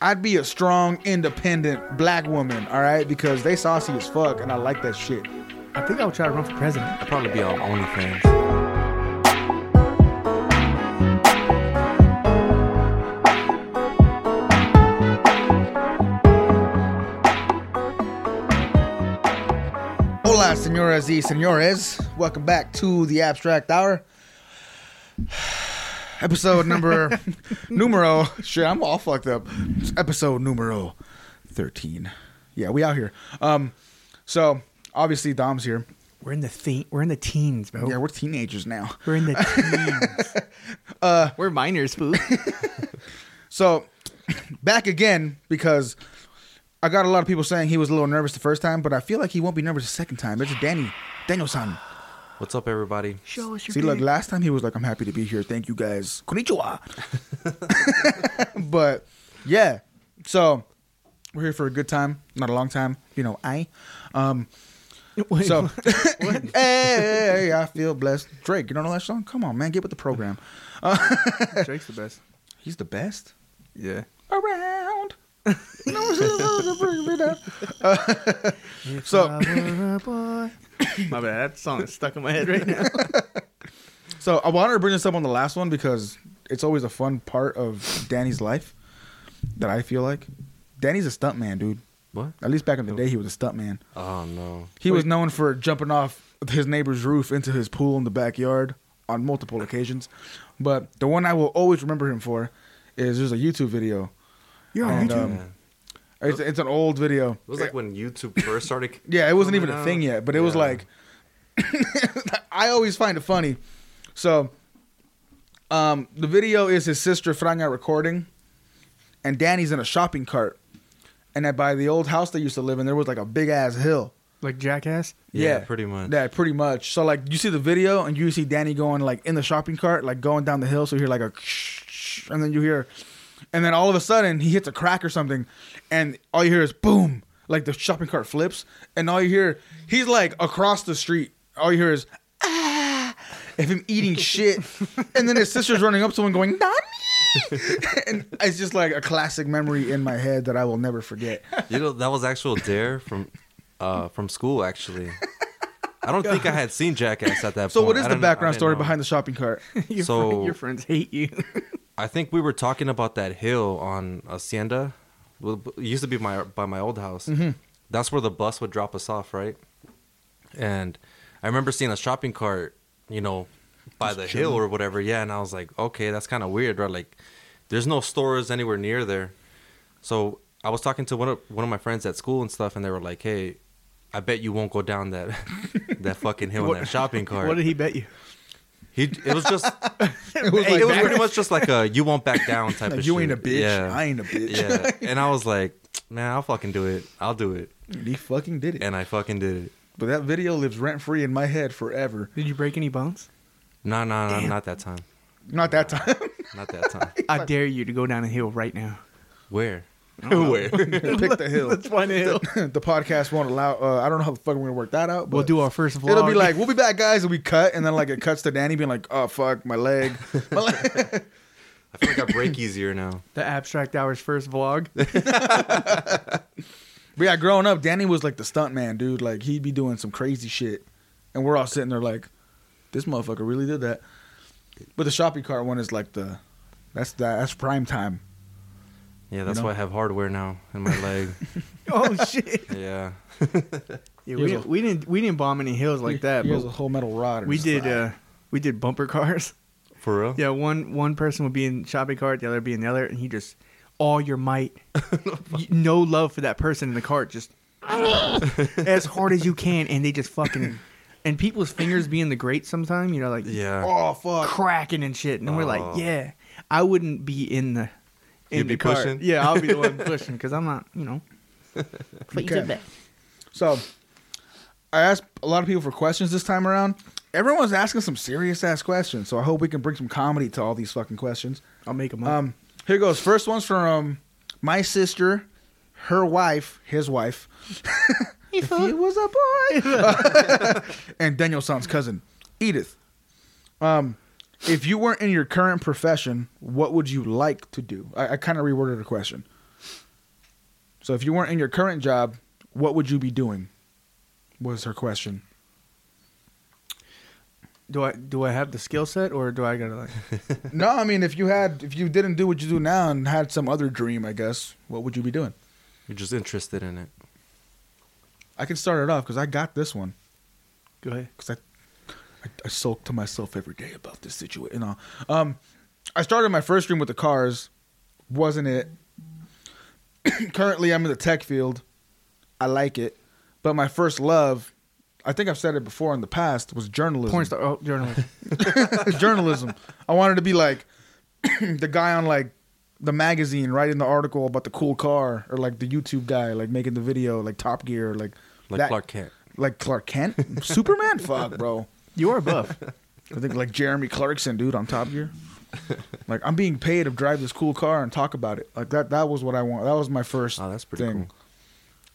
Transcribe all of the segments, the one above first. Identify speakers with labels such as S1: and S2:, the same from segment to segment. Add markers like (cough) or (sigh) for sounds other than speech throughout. S1: I'd be a strong, independent black woman, all right? Because they saucy as fuck, and I like that shit.
S2: I think I would try to run for president.
S3: I'd probably be on OnlyFans.
S1: Hola, señoras y señores. Welcome back to the Abstract Hour. (sighs) Episode number numero shit. I'm all fucked up. It's episode numero thirteen. Yeah, we out here. Um, so obviously Dom's here.
S2: We're in the theme. We're in the teens, bro.
S1: Yeah, we're teenagers now.
S2: we're
S1: (laughs)
S2: in the teens.
S1: Uh,
S4: We're minors,
S2: (laughs)
S4: fool.
S1: So back again because I got a lot of people saying he was a little nervous the first time, but I feel like he won't be nervous the second time. It's Danny Danielson.
S3: What's up, everybody?
S2: Show us your.
S1: See, look, last time he was like, "I'm happy to be here. Thank you guys. Konnichiwa." (laughs) but yeah, so we're here for a good time, not a long time. You know, I. Um,
S4: (laughs)
S1: so, (laughs) hey, hey, hey, I feel blessed. Drake, you don't know that song? Come on, man, get with the program. Uh, (laughs)
S4: Drake's the best.
S1: He's the best
S4: Yeah. (laughs)
S1: around. No, it's just- bring me down.
S2: (laughs)
S1: so-
S4: My bad. That song is stuck in my head right now.
S1: So I wanted to bring this up on the last one because it's always a fun part of Danny's life that I feel like. Danny's a stuntman, dude.
S3: What?
S1: At least back in the day, he was a stuntman.
S3: Oh no.
S1: He was known for jumping off his neighbor's roof into his pool in the backyard on multiple occasions. But the one I will always remember him for is there's a YouTube video.
S2: (laughs) You're on
S1: And,
S2: YouTube.
S1: um, it's, it's an old video.
S3: It was like when YouTube first started.
S1: (laughs) Yeah, it wasn't even
S3: coming
S1: a thing
S3: out.
S1: yet, but it was
S3: Yeah.
S1: like (laughs) I always find it funny. So um the video is his sister Franga recording and Danny's in a shopping cart. And that by the old house they used to live in, there was like a big ass hill.
S2: like jackass. (laughs)
S3: Yeah, pretty much.
S1: Yeah, pretty much. So like you see the video and you see Danny going like in the shopping cart, like going down the hill. So you hear like a, (laughs) and then you hear, and then all of a sudden he hits a crack or something, and all you hear is boom, like the shopping cart flips, and all you hear he's like across the street. All you hear is ah, of him
S3: (laughs)
S1: eating shit, and then his sister's running up to him going Nani. and it's just like a classic memory in my head that I will never
S3: (laughs)
S1: forget.
S3: You know that was actual dare from uh from
S1: (laughs)
S3: school actually. I don't think I had seen Jackass at that point.
S1: So, what
S3: I
S1: is the
S3: didn't- I
S1: background
S3: didn't
S1: story
S3: know.
S1: behind the shopping
S3: (laughs)
S1: cart?
S2: Your,
S3: So-
S2: fri- your friends hate (laughs) you.
S3: I think we were talking about that hill on Hacienda. Well, It used to be my by my old house.
S2: Mm-hmm.
S3: That's where the bus would drop us off, right? And I remember seeing a shopping cart, you know, by the hill or whatever. Yeah, and I was like, okay, that's kind of weird, right? Like, there's no stores anywhere near there. So I was talking to one of one of my friends at school and stuff, and they were like, hey, I bet you won't go down that (laughs) that fucking hill in that shopping
S2: (laughs)
S3: cart.
S2: what did he bet you?
S3: He it was just
S1: It was
S3: it
S1: like
S3: was
S1: that.
S3: pretty much just like a you won't back
S1: (laughs)
S3: down type
S1: Like,
S3: of shit.
S1: you ain't a bitch.
S3: Yeah.
S1: I ain't a bitch.
S3: yeah. And I was like, man, I'll fucking do it. I'll do it.
S1: And (laughs) he fucking did it.
S3: And I fucking did it.
S1: but that video lives rent free in my head forever.
S2: Did you break any bones?
S3: No, no, no, not that time.
S1: Not that time.
S2: (laughs)
S1: (laughs)
S3: Not that time.
S2: I dare you to go down a hill right (laughs) now.
S3: Where?
S1: Pick the hill.
S2: Let's find a hill.
S1: (laughs) the podcast won't allow. Uh, I don't know how the fuck we're gonna work that out. But
S2: We'll do our first vlog.
S1: It'll be like we'll be back, guys, and we cut, and then like it cuts to Danny being like, "Oh fuck, my leg."
S2: (laughs)
S1: My (laughs) leg.
S3: I feel like I break easier now.
S2: the abstract hours first (laughs) vlog.
S1: but yeah, growing up, Danny was like the stunt man, dude. Like he'd be doing some crazy shit, and we're all sitting there like, "This motherfucker really did that." But the shopping cart one is like the that's that, that's prime time.
S3: Yeah, that's
S1: know?
S3: why I have hardware now in my
S1: (laughs)
S3: leg.
S2: oh shit!
S3: yeah.
S2: Yeah, we, didn't, we didn't we didn't bomb any hills like that.
S1: He has a
S2: But
S1: whole metal rod. in
S2: we
S1: his
S2: did
S1: thigh.
S2: uh, we did bumper cars.
S3: For real?
S2: Yeah, one one person would be in shopping cart, the other would be in the other, and he just all your
S3: (laughs)
S2: might, Y- no love for that person in the cart, just as hard as you can, and they just fucking and people's fingers be in the grate sometime, you know, like
S3: Yeah.
S1: Oh fuck!
S2: cracking and shit, and we're
S3: Oh.
S2: like, yeah, I wouldn't be in the in
S3: You'd
S2: the
S3: be
S2: cart.
S3: pushing?
S2: Yeah, I'll be the
S3: (laughs)
S2: one pushing because I'm not, you know,
S1: Okay. So I asked a lot of people for questions this time around. Everyone's asking some serious ass questions, so I hope we can bring some comedy to all these fucking questions.
S2: I'll make them up.
S1: Um, here goes. First one's from my sister, her wife, his wife. if he was a boy. and Daniel San's cousin, Edith. Um, if you weren't in your current profession, what would you like to do? I, I kind of reworded the question. So if you weren't in your current job, what would you be doing? Was her question.
S2: Do I do I have the skill set or do I gotta
S3: (laughs)
S2: like?
S1: no, I mean if you had if you didn't do what you do now and had some other dream, I guess, what would you be doing?
S3: You're just interested in it.
S1: I can start it off because I got this one
S2: Go ahead.
S1: because I, I I sulk to myself every day about this situation. No. Um, I started my first dream with the cars, wasn't it? (clears throat) Currently, I'm in the tech field. I like it, but my first love, I think I've said it before in the past, was journalism.
S2: Porn star. Oh, journalism.
S1: (laughs) journalism. I wanted to be like (clears throat) the guy on like the magazine writing the article about the cool car, or like the YouTube guy like making the video, like Top Gear, like
S3: Like
S1: that-
S3: Clark Kent.
S1: like Clark Kent,
S3: (laughs)
S1: Superman. Fuck, bro.
S2: you are buff.
S1: (laughs) I think like Jeremy Clarkson, dude, on Top
S3: (laughs)
S1: Gear. Like I'm being paid to drive this cool car and talk about it. Like that. That was what I want. That was my first.
S3: Oh, that's pretty
S1: thing.
S3: cool.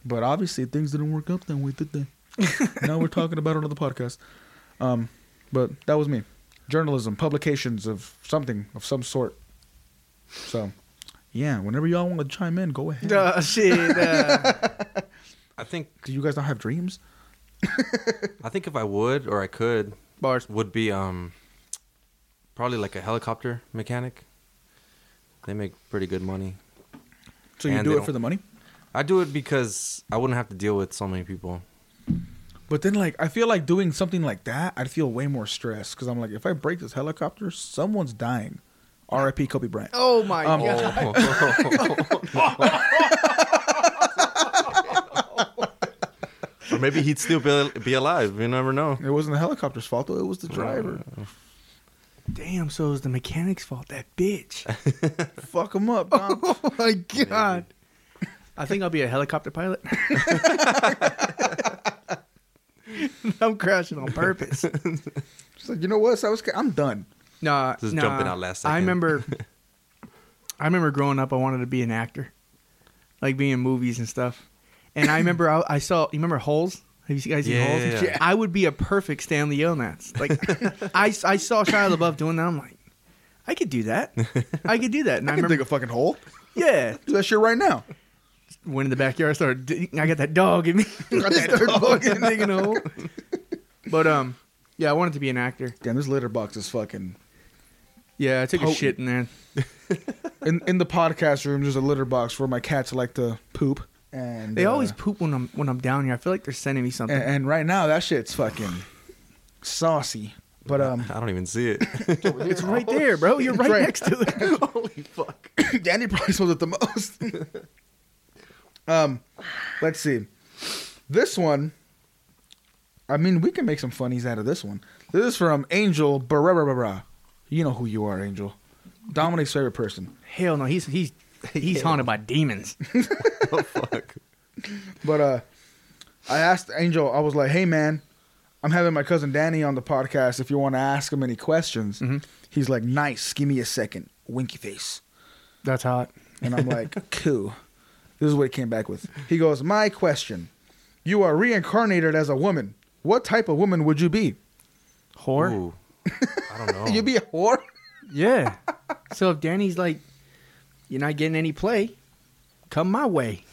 S1: But obviously things didn't work out that way, did
S3: (laughs)
S1: they? now we're talking about it on the podcast. Um, but that was me. Journalism, publications of something of some sort. So, yeah. Whenever y'all want to chime in, go
S2: (laughs)
S1: ahead.
S2: (laughs) Duh, shit.
S3: (laughs)
S2: uh,
S3: I think
S1: Do you guys not have dreams?
S3: I think if I would or I could
S2: bars.
S3: would be um probably like a helicopter mechanic. They make pretty good money.
S1: So you
S3: And
S1: do
S3: they
S1: it
S3: don't-
S1: for the money.
S3: I do it because I wouldn't have to deal with so many people.
S1: But then, like, I feel like doing something like that, I'd feel way more stressed because I'm like, if I break this helicopter, someone's dying. R.I.P. Kobe Bryant.
S2: Oh my
S1: Um,
S2: god.
S3: or maybe he'd still be, be alive. You never know.
S1: It wasn't the helicopter's fault, though. It was the driver.
S2: Damn. So it was the mechanic's fault. That bitch.
S3: (laughs)
S1: Fuck him up, Dom.
S2: (laughs) oh my god. I think I'll be a helicopter
S3: (laughs)
S2: pilot. I'm crashing on
S3: (laughs)
S2: purpose.
S1: She's like, you know what? So I was, I'm done.
S2: Nah,
S3: Just
S2: nah.
S3: jumping out last
S2: I
S3: second. (laughs)
S2: remember, I remember growing up. I wanted to be an actor, like being in movies and stuff. And I remember I, I saw. You remember Holes? Have you guys seen
S3: Yeah,
S2: Holes?
S3: yeah, yeah.
S2: I would be a perfect Stanley Yelnats. Like
S3: (laughs)
S2: I, I saw Shia LaBeouf doing that. I'm like, I could do
S3: (laughs)
S2: that. I could do that. And I,
S1: I can
S2: remember,
S1: dig a fucking hole.
S2: yeah,
S1: Do that shit right now.
S2: went in the backyard. Started. digging- I got that dog (laughs) in me.
S1: Got that
S2: Started
S1: dog.
S2: fucking digging a hole. But um, yeah, I wanted to be an actor.
S1: Damn, this litter box is fucking.
S2: Yeah, I took
S1: Potent.
S2: a shit in there.
S1: In in the podcast room, there's a litter box where my cats like to poop, and
S2: They
S1: uh,
S2: always poop when I'm when I'm down here. I feel like they're sending me something.
S1: And, and right now, that shit's fucking saucy. But um,
S3: I don't even see (laughs) it.
S2: It's right there, (laughs) bro. You're right,
S1: right.
S2: next to it.
S3: Holy fuck!
S1: Danny probably smells it the most. (laughs) um, let's see. This one, I mean, we can make some funnies out of this one. This is from Angel Barra. You know who you are, Angel. Dominic's favorite person.
S2: Hell no, he's he's he's haunted by demons.
S3: Oh fuck!
S1: But uh, I asked Angel. I was like, "Hey, man, I'm having my cousin Danny on the podcast. If you want to ask him any questions, he's like, nice. Give me a second, winky face."
S2: That's hot.
S1: And I'm (laughs) like, cool. This is what he came back with. He goes, My question. You are reincarnated as a woman. What type of woman would you be?
S2: Whore.
S3: Ooh. I don't
S2: Oh.
S3: know.
S1: You'd be a whore?
S2: Yeah. so if Danny's like, you're not getting any play, come my way.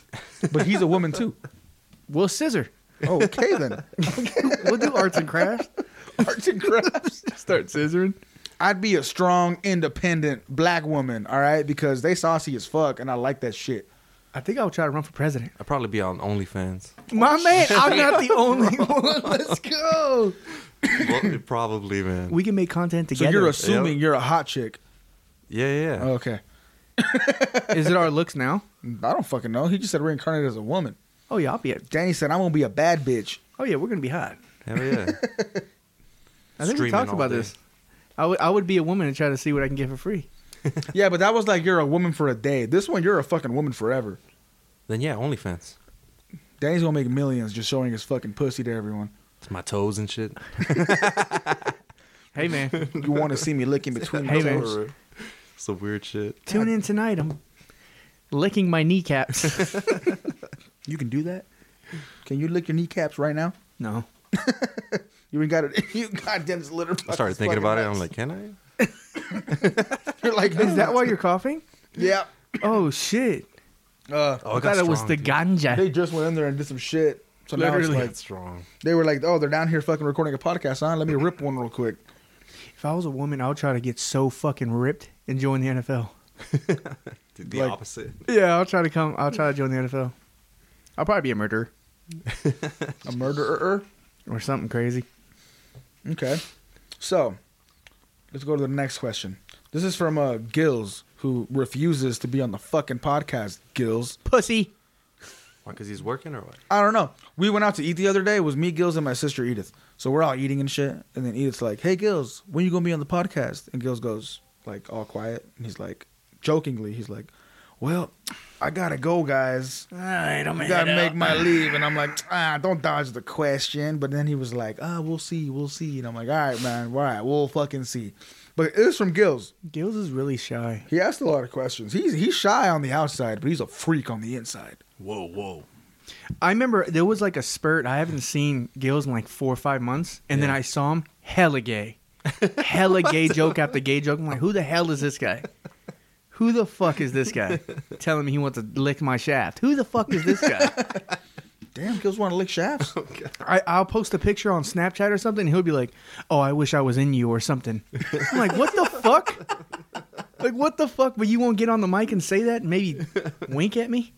S1: But he's a woman too.
S2: We'll scissor.
S1: (laughs) Okay then.
S2: (laughs) We'll do arts and crafts.
S1: (laughs) Arts and crafts.
S2: Start scissoring.
S1: I'd be a strong, independent black woman, all right? Because they saucy as fuck and I like that shit.
S2: I think I'll try to run for president.
S3: I'd probably be on OnlyFans.
S2: My man, I'm not (laughs) the only one. Let's go.
S3: Well, probably, man.
S2: We can make content
S1: So
S2: together.
S1: you're assuming you're a hot chick.
S3: yeah, yeah.
S2: Oh.
S3: yeah.
S1: Okay.
S2: Is it our looks now?
S1: I don't fucking know. He just said reincarnated as a woman.
S2: Oh yeah, I'll be. A,
S1: Danny said, I'm gonna be a bad bitch.
S2: oh yeah, we're gonna be hot.
S3: Hell yeah.
S2: I think we
S3: Streaming
S2: talked
S3: all
S2: about
S3: day.
S2: this. I would I would be a woman and try to see what I can get for free.
S1: Yeah, but that was like you're a woman for a day. This one, you're a fucking woman forever.
S3: then yeah, OnlyFans.
S1: Danny's gonna make millions just showing his fucking pussy to everyone.
S3: It's my toes and shit.
S2: Hey man,
S1: You want to see me
S2: (laughs)
S1: licking between my
S2: Hey, man.
S1: toes?
S3: Some weird shit.
S2: (laughs) tune in tonight. I'm licking my kneecaps.
S1: You can do that. Can you lick your kneecaps right now?
S2: (laughs) no,
S1: You ain't got it. (laughs) You goddamn litter.
S3: I started thinking about it. I'm like, can I?
S1: (laughs) you're like,
S3: (laughs)
S2: is that why you're coughing?
S1: Yeah.
S2: Oh shit!
S1: Uh,
S3: Oh,
S2: I thought it was the
S3: dude.
S2: ganja.
S1: they just went in there and did some shit. So now it's
S2: Literally.
S1: like
S3: Got strong.
S1: they were like, "Oh, they're down here fucking recording a podcast, huh? Let me rip one real quick."
S2: if I was a woman, I would try to get so fucking ripped and join the NFL.
S3: Dude, the
S1: Like-
S3: opposite.
S2: Yeah, I'll try to come. I'll try to join the NFL. I'll probably be a murderer
S1: A murderer.
S2: or something crazy.
S1: Okay. So, let's go to the next question. This is from uh, Gills, who refuses to be on the fucking podcast. Gills,
S2: Pussy.
S3: Why? Because he's working or what?
S1: I don't know. We went out to eat the other day. It was me, Gills, and my sister Edith. So we're all eating and shit. And then Edith's like, "Hey, Gills, when you gonna be on the podcast?" And Gills goes like all quiet, and he's like, jokingly, he's like, "Well, I gotta go, guys."
S2: All right, I'm
S1: You gotta make my leave, and I'm like, ah, don't dodge the question. But then he was like, ah, we'll see, we'll see, and I'm like, all right, man, all right, we'll fucking see. But it was from Gills.
S2: Gills is really shy.
S1: He asked a lot of questions. He's he's shy on the outside, but he's a freak on the inside.
S3: Whoa, whoa.
S2: I remember there was like a spurt. I haven't seen Gills in like four or five months, and then
S3: Yeah.
S2: I saw him hella (laughs) gay, hella gay joke after gay joke. I'm like, who the hell is this guy? Who the fuck is this (laughs) guy? Telling me he wants to lick my shaft. Who the fuck is this guy?
S1: Damn, Gills want to lick shafts.
S2: (laughs) I, I'll post a picture on Snapchat or something. And he'll be like, "Oh, I wish I was in you" or something. I'm like, "What the fuck? Like, what the fuck?" But you won't get on the mic and say that. And (laughs) maybe wink at me.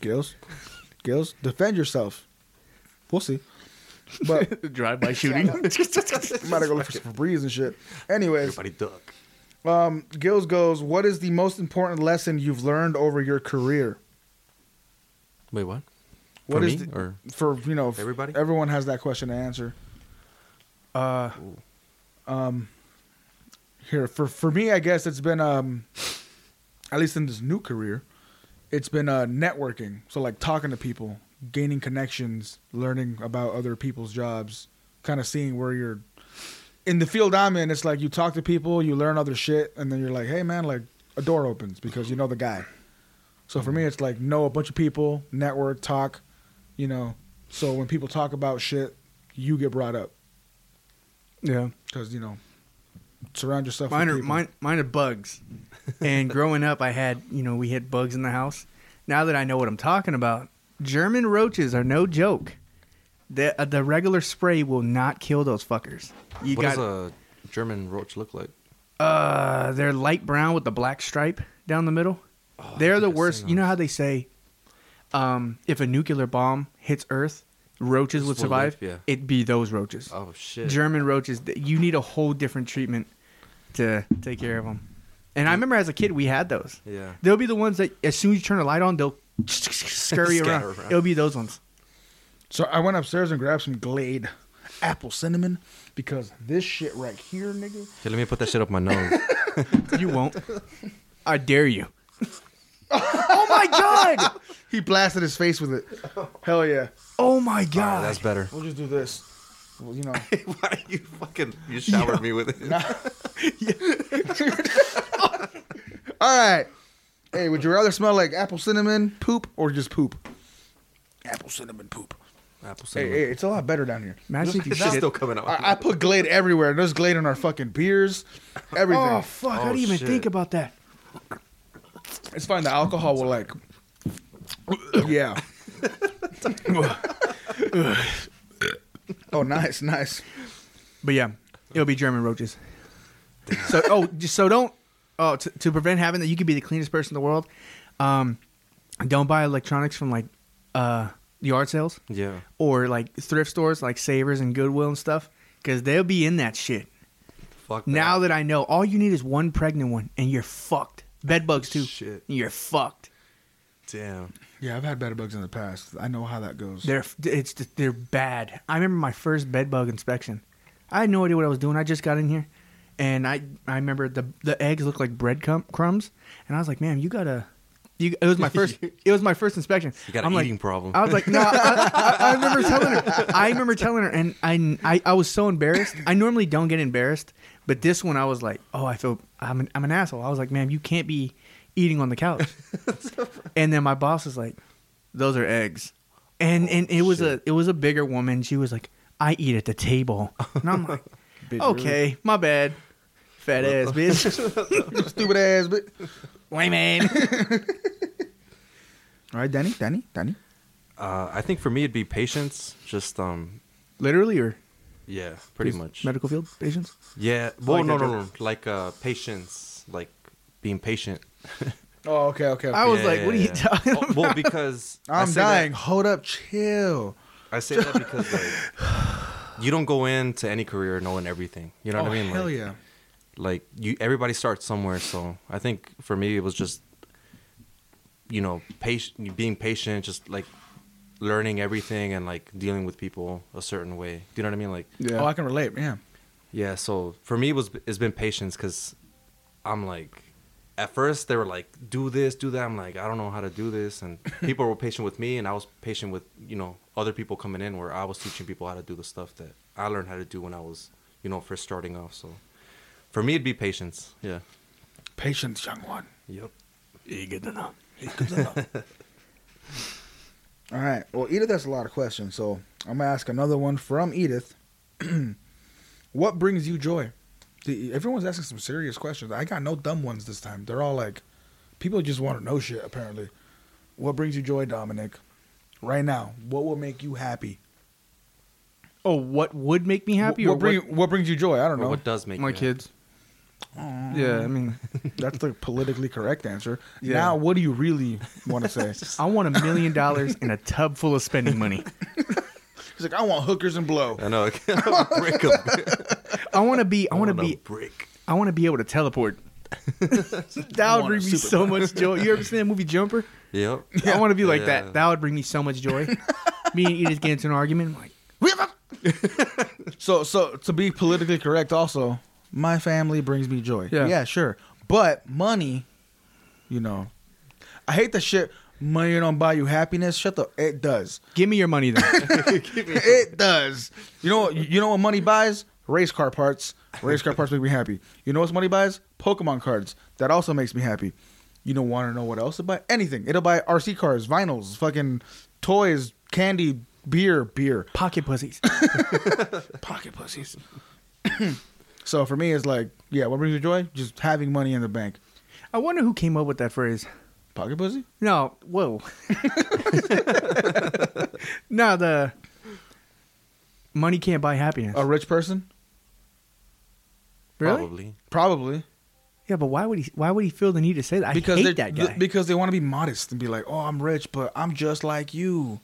S1: Gills, Gills, defend yourself. We'll see. But
S2: Drive by shooting.
S1: I'm about to go look for some Febreze and shit. Anyways,
S3: Everybody duck.
S1: um, Gills goes, what is the most important lesson you've learned over your career?
S3: Wait, what?
S1: What
S3: For
S1: is
S3: me,
S1: the-
S3: or
S1: for you know f-
S3: Everybody?
S1: Everyone has that question to answer. Um,
S2: uh,
S1: Here for for me, I guess it's been um, at least in this new career, it's been uh networking. So like talking to people, gaining connections, learning about other people's jobs, kind of seeing where you're. In the field I'm in, it's like you talk to people, you learn other shit, and then you're like, hey man, like a door opens because you know the guy. So for me, it's like know a bunch of people, network, talk, you know. So when people talk about shit, you get brought up.
S2: (laughs) yeah.
S1: because you know surround yourself
S2: Mine
S1: with
S2: are
S1: people.
S2: mine, mine are bugs. and growing up, I had you know we had bugs in the house. Now that I know what I'm talking about, German roaches are no joke. The uh, the regular spray will not kill those fuckers. You
S3: what
S2: got
S3: does a German roach look like?
S2: Uh, they're light brown with the black stripe down the middle. Oh, they're
S3: Oh, think
S2: the
S3: I've
S2: worst.
S3: seen
S2: You know
S3: those.
S2: how they say, um, if a nuclear bomb hits Earth, roaches would
S3: Just will
S2: survive.
S3: live, yeah.
S2: It'd be those roaches.
S3: Oh shit.
S2: German roaches. th- You need a whole different treatment to take care of them. And I remember as a kid we had those.
S3: Yeah.
S2: They'll be the ones that as soon as you turn a light on, they'll (laughs) scurry around.
S3: Scatter around.
S2: It'll be those ones.
S1: so i went upstairs and grabbed some glade apple cinnamon because this shit right here nigga
S3: Here, let me put that shit up my (laughs) nose.
S2: You
S3: (laughs)
S2: won't. I dare you. oh my god!
S1: he blasted his face with it
S2: (laughs)
S1: hell yeah
S2: Oh my
S3: All right,
S2: god!
S3: that's better.
S1: we'll just do this well,
S2: (laughs)
S1: you know
S3: Why do you fucking you showered me with it?
S1: all right hey would you rather smell like apple cinnamon poop or just poop apple cinnamon poop
S3: Apple
S1: hey,
S3: cinnamon.
S1: hey it's a lot better down here
S2: Imagine if you
S3: That's
S2: shit-
S3: still coming out.
S1: I, I put glade everywhere there's glade on our fucking beers everything
S2: Oh fuck! I
S3: Oh,
S2: didn't even
S3: shit.
S2: think about that.
S1: it's fine the alcohol will like yeah oh nice nice
S2: But yeah, it'll be German roaches. so oh, just, so don't oh to, to prevent having that. You could be the cleanest person in the world. Um, don't buy electronics from like uh yard sales
S3: yeah.
S2: or like thrift stores like Savers and Goodwill and stuff because they'll be in that shit.
S3: Fuck.
S2: Now that I know, all you need is one pregnant one and you're fucked. Bed bugs too.
S3: Shit.
S2: You're fucked.
S3: Damn.
S1: Yeah, I've had bed bugs in the past. I know how that goes.
S2: They're it's they're bad. I remember my first bed bug inspection. I had no idea what I was doing. I just got in here, and I I remember the the eggs looked like bread cum- crumbs, and I was like, "Ma'am, you gotta." You, it
S3: (laughs)
S2: was my first. It was my first inspection.
S3: You got
S2: I'm
S3: an
S2: like-
S3: eating problem.
S2: I was like, no. I, I, I remember telling her. I remember telling her, and I, I, I was so embarrassed. I normally don't get embarrassed, but this one, I was like, oh, I feel I'm an, I'm an asshole. I was like, ma'am, you can't be eating on the couch. (laughs) and then my boss was like, those are eggs, and and it was a it was a bigger woman. She was like, I eat at the table, and I'm (laughs) like,
S1: Bitch,
S2: okay, my bad, fat (laughs) ass bitch,
S1: Stupid ass, but
S2: lame man.
S1: All right, Danny, Danny, Danny.
S3: Uh, I think for me it'd be patience. Just um,
S2: Literally or
S3: yeah, pretty much.
S2: medical field patients?
S3: yeah. Well,
S2: Like
S3: no,
S2: that
S3: no, no. Like uh, patience, like being patient.
S1: Oh, okay, okay.
S2: I was like, what are you
S3: Yeah.
S2: talking
S3: Oh, well, because I
S1: I'm
S3: say that-
S1: dying. Hold up, chill.
S3: I say that because like, (sighs) you don't go into any career knowing everything. You know
S1: Oh,
S3: what I mean?
S1: hell
S3: like,
S1: yeah.
S3: Like you, everybody starts somewhere. So I think for me, it was just, you know, patient, being patient, just like learning everything and like dealing with people a certain way. Do you know what I mean? Like,
S1: Oh, I can relate. Yeah.
S3: yeah. So for me, it was it's been patience because I'm like, at first they were like, do this, do that. I'm like, I don't know how to do this, (laughs) and people were patient with me, and I was patient with you know other people coming in where I was teaching people how to do the stuff that I learned how to do when I was you know first starting off. So for me, it'd be patience. Yeah.
S1: Patience, young one.
S3: Yep.
S2: about?
S1: (laughs) All right. Well, Edith has a lot of questions, so I'm gonna ask another one from Edith. (clears throat) what brings you joy? The, everyone's asking some serious questions. I got no dumb ones this time. They're all like, people just want to know shit. Apparently, what brings you joy, Dominic? Right now, what will make you happy?
S2: Oh, what would make me happy
S1: what,
S2: or
S1: what, bring, what, brings you joy? I don't
S3: Or
S1: know.
S3: what does make
S2: what? my
S3: you happy?
S2: kids? Yeah, I mean,
S1: That's the politically correct
S3: (laughs)
S1: answer.
S2: Yeah.
S1: Now, what do you really want to say?
S2: I want a million dollars and a tub full of spending money.
S1: He's like, I want hookers and blow.
S3: I know. (laughs)
S2: (laughs)
S3: brick a
S2: I want to be. I want to be.
S3: brick.
S2: I want to be able to teleport. that would
S1: want
S2: bring
S1: a
S2: me so much joy. You ever seen that movie Jumper?
S3: Yep.
S2: (laughs) I want to be like
S3: Yeah.
S2: that. That would bring me so much joy. me and Edith get into an argument. I'm like,
S1: (laughs) so, so to be politically correct, also, my family brings me joy.
S2: Yeah.
S1: yeah, sure, but money, you know, I hate the shit. Money don't buy you happiness. Shut the. It does.
S2: give me your money then. (laughs)
S1: it does. You know. what- You know what money buys? Race car parts. Race car parts make me happy. You know what money buys? Pokemon cards. That also makes me happy. You don't want to know what else it buy? Anything. It'll buy RC cars, vinyls, fucking toys, candy, beer, beer.
S2: Pocket pussies.
S1: pocket pussies. so for me, it's like, yeah, what brings you joy? Just having money in the bank.
S2: I wonder who came up with that phrase.
S1: Pocket pussy?
S2: No, whoa. (laughs) no, the money can't buy happiness.
S1: A rich person?
S2: really?
S3: Probably.
S1: Probably
S2: Yeah, but why would he? Why would he feel the need to say that? I
S1: because
S2: hate
S1: they
S2: that guy.
S1: th- because they want to be modest and be like, oh, I'm rich, but I'm just like you.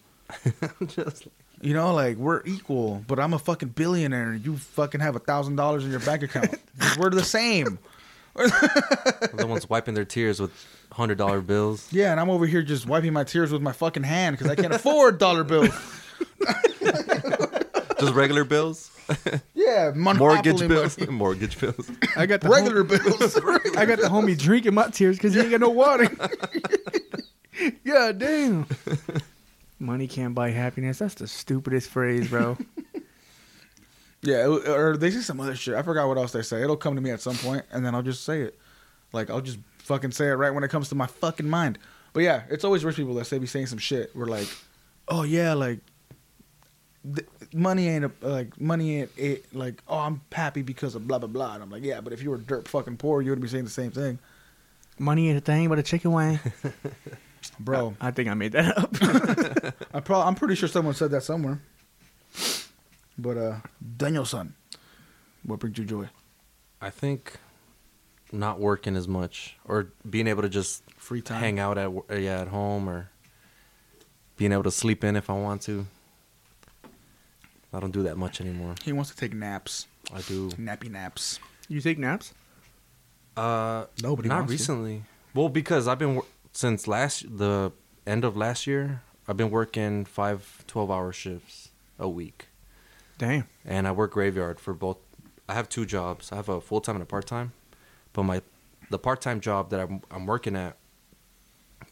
S3: (laughs) Just
S1: You know, like we're equal, but I'm a fucking billionaire, and you fucking have a thousand dollars in your bank (laughs) account. we're the same.
S3: the ones wiping their tears with hundred dollar bills. (laughs)
S1: Yeah, and I'm over here just wiping my tears with my fucking hand because I (laughs) can't afford dollar bills.
S3: Just regular bills.
S1: Yeah,
S3: (laughs) Mortgage
S1: monopoly
S3: bills.
S1: money.
S3: Mortgage bills.
S2: I got the
S1: regular (laughs) bills.
S2: Hom- I got the homie drinking my tears because he ain't got no water. (laughs) yeah, damn. (laughs) Money can't buy happiness. That's the stupidest phrase, (laughs) bro.
S1: Yeah, it- or they say some other shit. I forgot what else they say. It'll come to me at some point, and then I'll just say it. Like I'll just fucking say it right when it comes to my fucking mind. But yeah, it's always rich people that say be saying some shit. We're like, oh yeah, like th- money ain't a, like money ain't it, like oh I'm happy because of blah blah blah. And I'm like yeah, but if you were dirt fucking poor, you would be saying the same thing,
S2: Money ain't a thing but a chicken wing.
S1: (laughs) bro.
S2: I think I made that up. (laughs)
S1: I pro- I'm pretty sure someone said that somewhere. But uh, Danielson, what brings you joy?
S3: I think not working as much or being able to just
S1: Free time.
S3: hang out at wo- yeah at home or being able to sleep in if I want to. I don't do that much anymore.
S1: He wants to take naps,
S3: I do.
S1: nappy naps.
S2: You take naps?
S3: Uh,
S1: Nobody
S3: not
S1: wants to.
S3: recently. Well, because I've been wor- since last the end of last year. I've been working five 12 hour shifts a week.
S2: Damn.
S3: and I work graveyard for both. I have two jobs. I have a full time and a part time, but my the part time job that I'm I'm working at,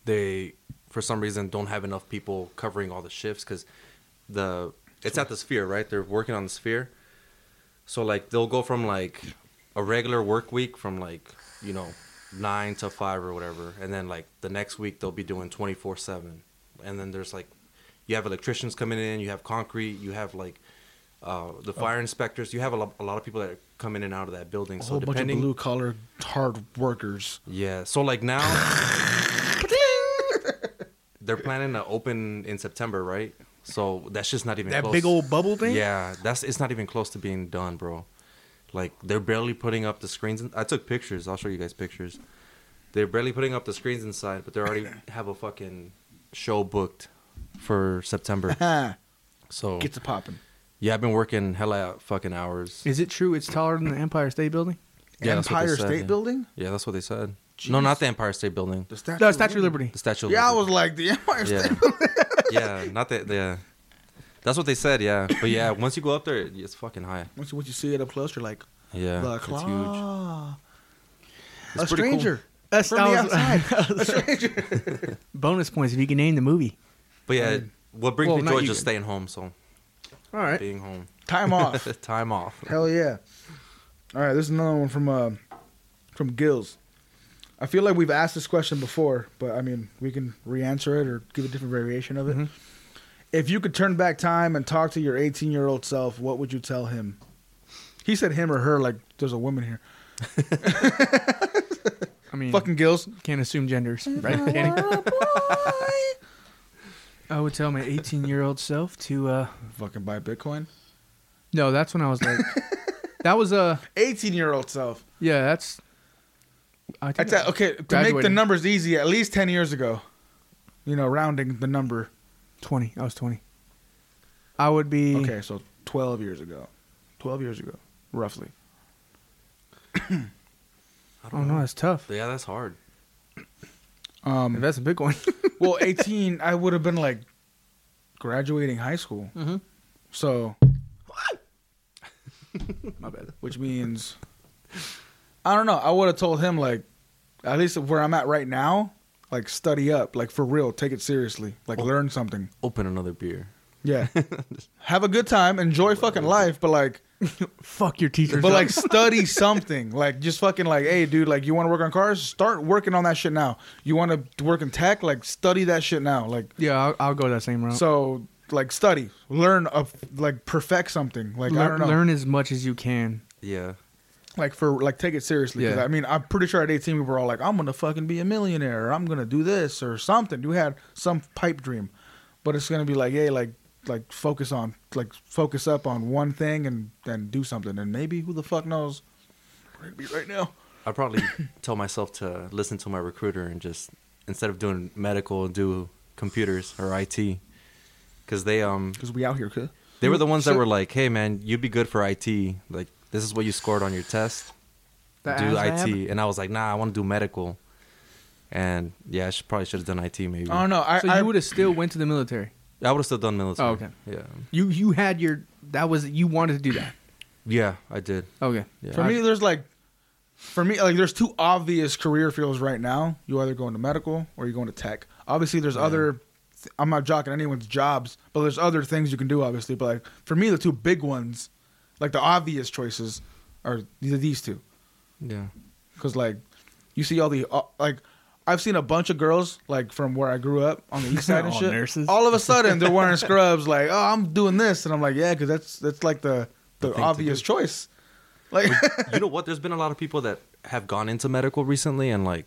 S3: they for some reason don't have enough people covering all the shifts because the it's at the sphere right. They're working on the sphere, so like they'll go from like a regular work week from like you know nine to five or whatever, and then like the next week they'll be doing twenty four seven, and then there's like you have electricians coming in, you have concrete, you have like uh,
S1: Oh.
S3: the fire inspectors. You have a lot, a lot of people that come in and out of that building.
S1: a
S3: so
S1: whole bunch of
S3: depending,
S1: blue collar hard workers. (laughs)
S3: yeah. So like now, they're planning to open in September, right? So that's just not even
S2: That
S3: close.
S2: big old bubble thing?
S3: Yeah, that's it's not even close to being done, bro. Like they're barely putting up the screens. In, I took pictures. I'll show you guys pictures. They're barely putting up the screens inside, but
S1: (coughs)
S3: they already have a fucking show booked for
S1: (laughs)
S3: September.
S1: Ha.
S3: So
S1: Gets it popping.
S3: yeah, I've been working hella fucking hours.
S2: Is it true it's taller than the Empire State Building?
S3: Yeah, that's what they
S1: Empire
S3: said,
S1: State
S3: yeah.
S1: Building?
S3: Yeah, that's what they said. No, not the Empire State Building.
S1: The Statue,
S2: No, Statue of Liberty.
S3: The Statue. of
S1: Yeah, I
S3: Liberty.
S1: was like, the Empire State (laughs)
S3: yeah. yeah, not that. Yeah, that's what they said. Yeah, but yeah, once you go up there, it's fucking high.
S1: Once you, once you see it up close, you're like,
S3: Yeah,
S1: the
S3: it's huge.
S1: claw.
S3: It's
S1: A
S3: pretty cool.
S1: stranger.
S2: That's
S1: From
S2: that
S1: the outside.
S2: was- (laughs)
S1: A stranger.
S2: Bonus points if you can name the movie.
S3: But yeah, what brings
S2: Well,
S3: me
S2: not
S3: joy
S2: you
S3: is just
S2: can-
S3: staying home. So
S2: All right.
S3: being home,
S1: Time off.
S3: (laughs) time off.
S1: Hell yeah. All right, there's another one from uh, from Gills. I feel like we've asked this question before, but I mean, we can re-answer it or give a different variation of it. If you could turn back time and talk to your 18-year-old self, what would you tell him? He said him or her, like there's a woman here.
S2: I mean,
S1: Fucking Gills.
S2: can't assume (laughs) genders, right? Danny?
S1: Oh,
S2: I would tell my 18 year old self to. uh
S1: Fucking buy Bitcoin.
S2: No, that's when I was (laughs) like. that was a.
S1: 18-year-old self.
S2: Yeah, that's. I think
S1: That's a, okay. To make the
S2: Graduating.
S1: numbers easy, at least 10 years ago, you know, rounding the number.
S2: 20. I was 20. I would be.
S1: Okay, so 12 years ago. 12 years ago, roughly.
S3: I
S2: Oh, no, that's tough.
S3: Yeah, that's hard.
S1: (laughs) Um,
S2: That's a big one. (laughs)
S1: well, 18, I would have been like graduating high school. Mm-hmm. So,
S2: My bad.
S1: which means, I don't know. I would have told him, like, at least where I'm at right now, like, study up, like, for real, take it seriously, like, learn something.
S3: Open another beer.
S1: Oh. Yeah. Have a good time, enjoy fucking life, but like,
S2: Fuck your teachers.
S1: but
S2: up.
S1: like study something like just fucking like hey dude like you want to work on cars start working on that shit now you want to work in tech like study that shit now like
S2: Yeah, I'll, I'll go that same route.
S1: so like study learn of like perfect something like i
S2: Lear-
S1: don't know
S2: learn as much as you can.
S3: Yeah,
S1: like for like take it seriously 'Cause,
S2: Yeah.
S1: i mean i'm pretty sure at 18 we were all like i'm gonna fucking be a millionaire or i'm gonna do this or something we had some pipe dream but it's gonna be like hey like like focus on like focus up on one thing and then do something and maybe who the fuck knows where it'd be right now (laughs)
S3: I probably tell myself to listen to my recruiter and just instead of doing medical, do computers or IT, because they um
S1: because we out here cuz
S3: They were the ones that
S1: So-
S3: were like, "Hey, man, you'd be good for IT. Like, this is what you scored on your test.
S2: The
S3: do
S2: ASVAB?
S3: IT." And I was like, "Nah, I want to do medical." And yeah, I should, probably should have done IT. Maybe
S1: I don't know. I,
S2: so
S1: I
S2: you would have still went to the military.
S3: I would have still done military.
S2: Oh, okay.
S3: Yeah,
S2: You you had your that was you wanted to do that.
S3: yeah, I did.
S2: Okay.
S3: Yeah.
S1: for me. There's like, for me, like there's two obvious career fields right now. You either go into medical or you go into tech. Obviously, there's other. I'm not jocking anyone's jobs, but there's other things you can do. Obviously, but like for me, the two big ones, like the obvious choices, are th- these two.
S3: Yeah,
S1: Cause like, you see all the uh, like, I've seen a bunch of girls like from where I grew up on the east
S3: (laughs)
S1: side and
S2: All
S1: shit.
S2: nurses.
S1: All of a sudden they're wearing scrubs. Like, oh, I'm doing this, and I'm like, yeah, cause that's that's like the
S3: The
S1: the,
S3: thing to
S1: obvious
S3: do.
S1: choice. Like,
S3: you know what? There's been a lot of people that have gone into medical recently, and like